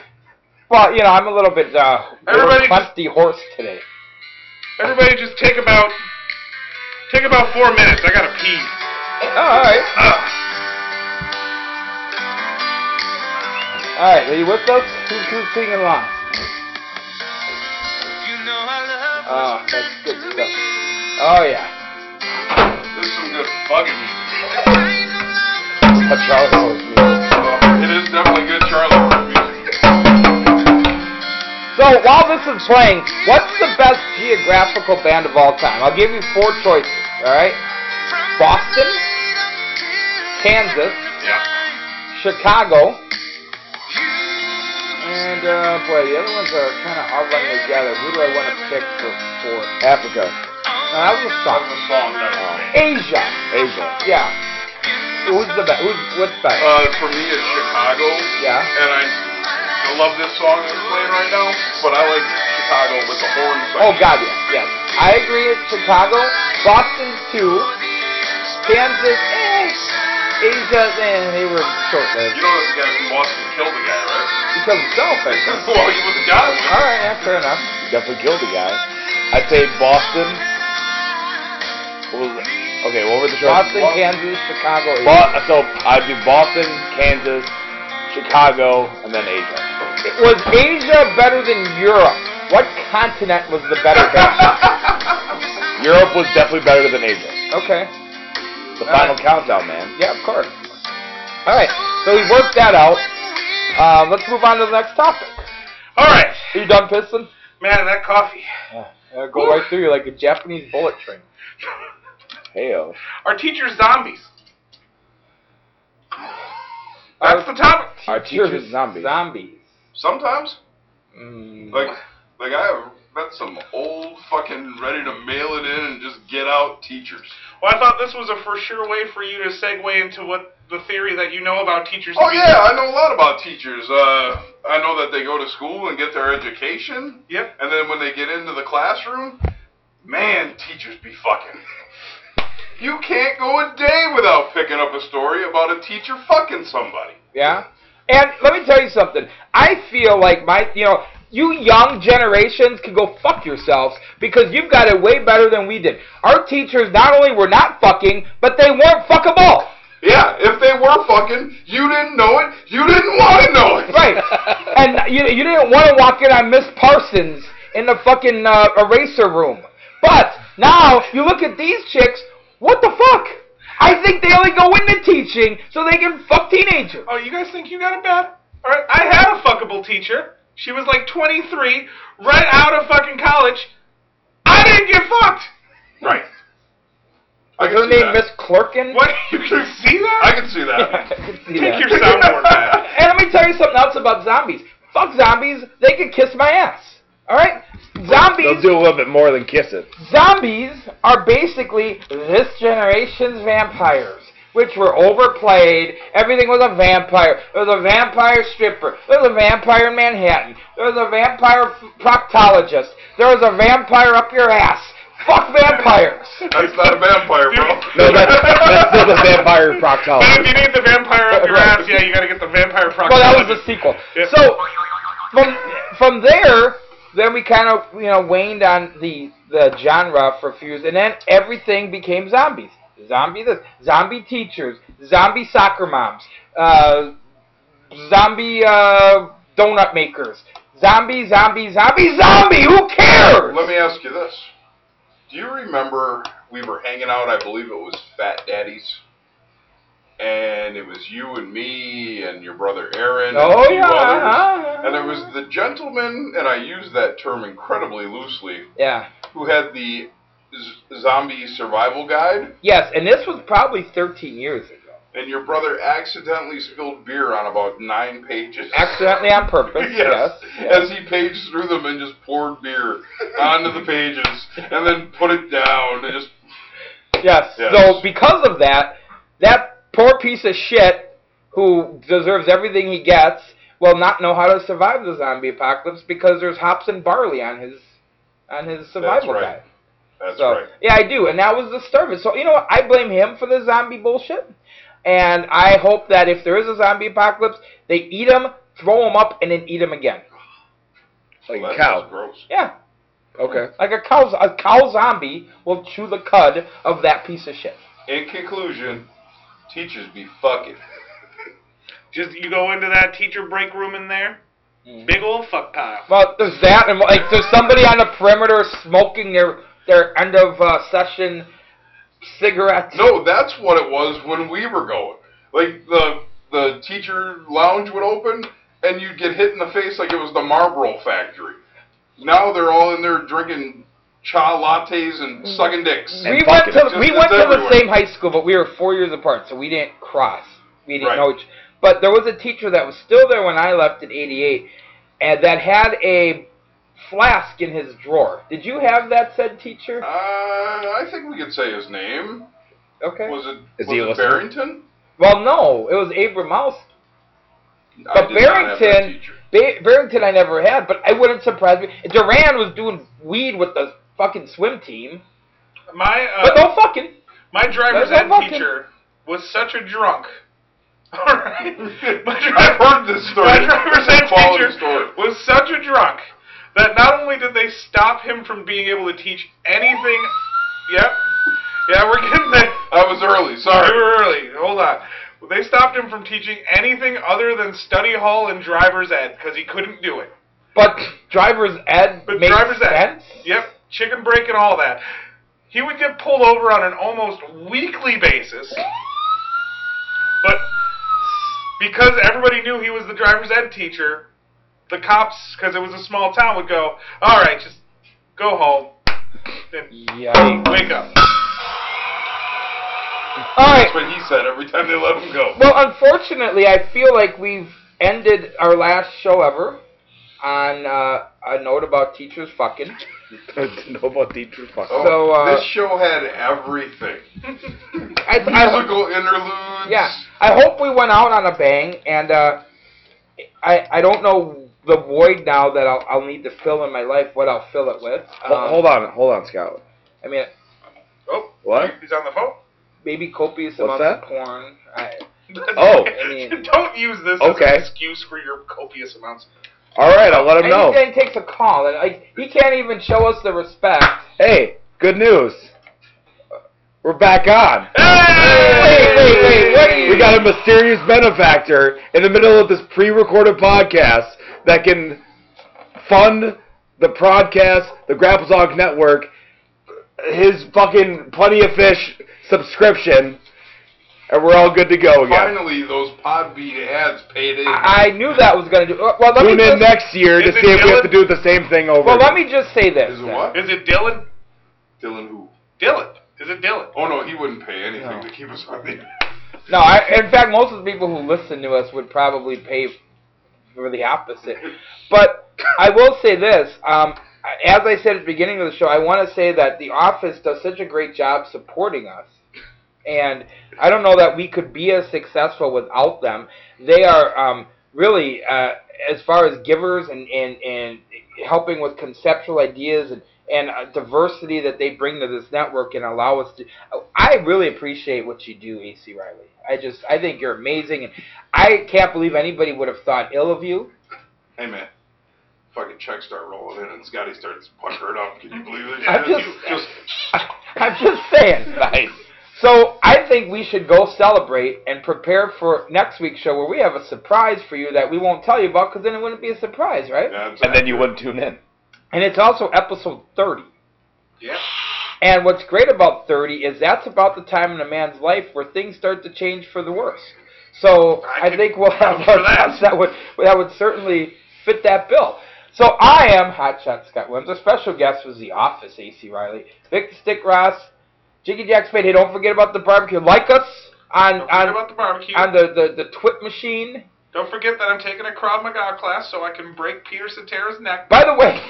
Well, you know, I'm a little bit uh, Everybody just- rusty horse today. Everybody, just take about take about four minutes. I gotta pee. All right. Ugh. All right. Are you with us? Who's, who's singing along? You know I love Oh, that's good stuff. Oh yeah. Huggins. A Charlie Horse music. It is definitely good Charlie Horn music. So while this is playing, what's the best geographical band of all time? I'll give you four choices. All right, Boston, Kansas, Yeah. Chicago, and uh, boy, the other ones are kind of all run together. Who do I want to pick for four? Africa. No, that was a That song. was a song that was made. Asia. Asia. Yeah. Who's the best? Who's what's better? Uh, for me, it's Chicago, yeah. and I, I love this song that's playing right now, but I like Chicago with the horn section. Oh God, yes, yes. I agree. It's Chicago, Boston two, Kansas, eh, Asia, and they were short-lived You know that the guy from Boston killed the guy, right? because of selfish. well, he was gone. All right, yeah, fair enough. Definitely killed the guy. I'd say Boston. What was it? Okay, what were the choices? Boston, Kansas, Chicago. Asia. Bo- so I'd do Boston, Kansas, Chicago, and then Asia. Was Asia better than Europe? What continent was the better band? Europe was definitely better than Asia. okay. The final Alright. countdown, man. Yeah, of course. All right. So we worked that out. Uh, let's move on to the next topic. All right, Are you done pissing? man, that coffee. Uh, go right through you like a Japanese bullet train. Heyo. Our teachers zombies. Our That's the topic. Our teacher's zombie. Zombies. Sometimes, Mm. like, like I have met some old fucking ready to mail it in and just get out teachers. Well, I thought this was a for sure way for you to segue into what the theory that you know about teachers. to Oh be. yeah, I know a lot about teachers. Uh, I know that they go to school and get their education, Yep. and then when they get into the classroom, man, teachers be fucking. You can't go a day without picking up a story about a teacher fucking somebody. Yeah. And let me tell you something. I feel like my, you know, you young generations can go fuck yourselves because you've got it way better than we did. Our teachers not only were not fucking, but they weren't fuckable. Yeah, if they were fucking, you didn't know it, you didn't want to know it. Right. and you, you didn't want to walk in on Miss Parsons in the fucking uh, eraser room. But now you look at these chicks, what the fuck? I think they only go into teaching so they can fuck teenagers. Oh, you guys think you got it bad? All right, I had a fuckable teacher. She was like 23, right out of fucking college. I didn't get fucked. Right. I can Her see name that. Miss Clerkin. What? You can see that? I can see I that. can see Take that. your soundboard back. And let me tell you something else about zombies. Fuck zombies. They can kiss my ass. All right. They'll Zombies. do a little bit more than kiss it. Zombies are basically this generation's vampires, which were overplayed. Everything was a vampire. There was a vampire stripper. There was a vampire in Manhattan. There was a vampire f- proctologist. There was a vampire up your ass. Fuck vampires. That's not a vampire, bro. No, that's, that's still the vampire But if proctologist. you need the vampire up your ass, yeah, you gotta get the vampire proctologist. Well, that was the sequel. Yeah. So from from there, then we kind of you know waned on the the genre for a few years, and then everything became zombies. Zombie this, zombie teachers, zombie soccer moms, uh, zombie uh, donut makers, zombie, zombie, zombie, zombie. Who cares? Let me ask you this. Do you remember we were hanging out, I believe it was Fat Daddy's? And it was you and me and your brother Aaron. and a Oh few yeah. others. uh-huh. And there was the gentleman, and I use that term incredibly loosely, yeah. who had the z- zombie survival guide, Yes, and this was probably 13 years ago, and your brother accidentally spilled beer on about nine pages. accidentally on purpose. yes. yes. As he paged through them and just poured beer onto the pages and then put it down and just Yes. Yes. So because of that, that poor piece of shit who deserves everything he gets will not know how to survive the zombie apocalypse because there's hops and barley on his on his survival right. guide. that's So right. yeah, I do, and that was the service. So you know what? I blame him for the zombie bullshit, and I hope that if there is a zombie apocalypse, they eat him, throw him up, and then eat him again. Like Well, a that sounds cow. Gross. Yeah, Okay. like a cow, a cow zombie will chew the cud of that piece of shit. In conclusion, teachers be fucking. Just you go into that teacher break room in there, Mm. big old fuck pile. Well, there's that, and like there's somebody on the perimeter smoking their their end of uh, session cigarettes. No, that's what it was when we were going. Like the the teacher lounge would open, and you'd get hit in the face like it was the Marlboro factory. Now they're all in there drinking cha lattes and sucking dicks. Mm. we went to we went to the same high school, but we were four years apart, so we didn't cross. We didn't Right. know each. But there was a teacher that was still there when I left in '88, and that had a flask in his drawer. Did you have that said teacher? Uh, I think we could say his name. Okay. Uh, Was it Is was he a it listener? Barrington? Well, no, it was Abramowski. I But did not have that Barrington, teacher. ba- Barrington, I never had, but I wouldn't surprise me. Duran was doing weed with the fucking swim team, My but uh, no fucking. my driver's There's ed no fucking- teacher was such a drunk. All right, my I've driver, heard this story. my driver's It's a ed quality teacher story. was such a drunk that not only did they stop him from being able to teach anything. Yep. Yeah, we're getting there. I was early. Sorry, we Sorry. were early. Hold on. They stopped him from teaching anything other than study hall and driver's ed because he couldn't do it. But driver's ed But makes driver's sense. ed. Yep, chicken break and all that. He would get pulled over on an almost weekly basis. But because everybody knew he was the driver's ed teacher, the cops, because it was a small town, would go, all right, just go home. And Yikes. wake up. All right. That's what he said every time they let him go. Well, unfortunately, I feel like we've ended our last show ever on uh, a note about teachers fucking. know about teacher fuck. Oh, So, uh, this show had everything. I, I, Musical interludes. yeah, I hope we went out on a bang, and uh, I I don't know the void now that I'll, I'll need to fill in my life. What I'll fill it with. Um, hold on, hold on, Scout. I mean, Oh, What? he's on the phone. maybe copious What's amounts that? of porn. I, Oh. I mean- don't use this Okay. as an excuse for your copious amounts. All right, I'll let him and know. he takes a call, and like he can't even show us the respect. Hey, good news. We're back on. Wait, wait, wait, what are you? We got a mysterious benefactor in the middle of this pre-recorded podcast that can fund the podcast, the Grapple Talk Network, his fucking Plenty of Fish subscription, and we're all good to go again. Finally, those Podbean ads paid in. I knew that was gonna do. Well, let me Tune just, in next year to Is it see if we have to Dylan? do the same thing over. Well, let again. me just say this. Is it then. what? Is it Dylan? Dylan who? Dylan. Is it Dylan? Oh no, he wouldn't pay anything to keep us on the air. No, I, in fact, most of the people who listen to us would probably pay for the opposite. But I will say this: um, as I said at the beginning of the show, I want to say that The Office does such a great job supporting us, and I don't know that we could be as successful without them. They are um, really, uh, as far as givers and and and helping with conceptual ideas and. And uh, diversity that they bring to this network and allow us to. I really appreciate what you do, AC Riley. I just, I think you're amazing, and I can't believe anybody would have thought ill of you. Hey man, fucking checks start rolling in, and Scotty starts puckering up. Can you believe it? I'm Yeah, just- you just I'm just saying. Nice. So I think we should go celebrate and prepare for next week's show where we have a surprise for you that we won't tell you about because then it wouldn't be a surprise, right? Yeah, it's- and then you wouldn't tune in. And it's also episode 30. Yeah. And what's great about 30 is that's about the time in a man's life where things start to change for the worse. So I I, can think we'll have vouch for our that. guests that would that would certainly fit that bill. So I am Hotshot Scott Williams. Our special guest was The Office, AC Riley, Vic the Stick Ross, Jiggy Jack Spade. Hey, don't forget about the barbecue. Like us on Don't forget on, about the barbecue. on the, the, the Twit machine. Don't forget that I'm taking a Krav Maga class so I can break Peter Cetera's neck. By the way,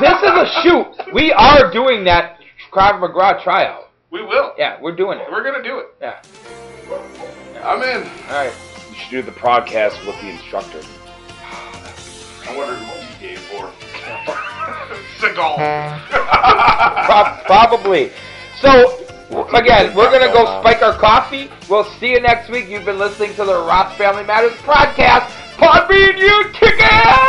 this is a shoot. We are doing that Krav McGraw tryout. We will. Yeah, we're doing it. We're gonna do it. Yeah. I'm in. All right. You should do the podcast with the instructor. I wonder who he gave for. Seagal. Prob- probably. So, again, we're going to go spike our coffee. We'll see you next week. You've been listening to the Ross Family Matters podcast. Podbean, you kick ass!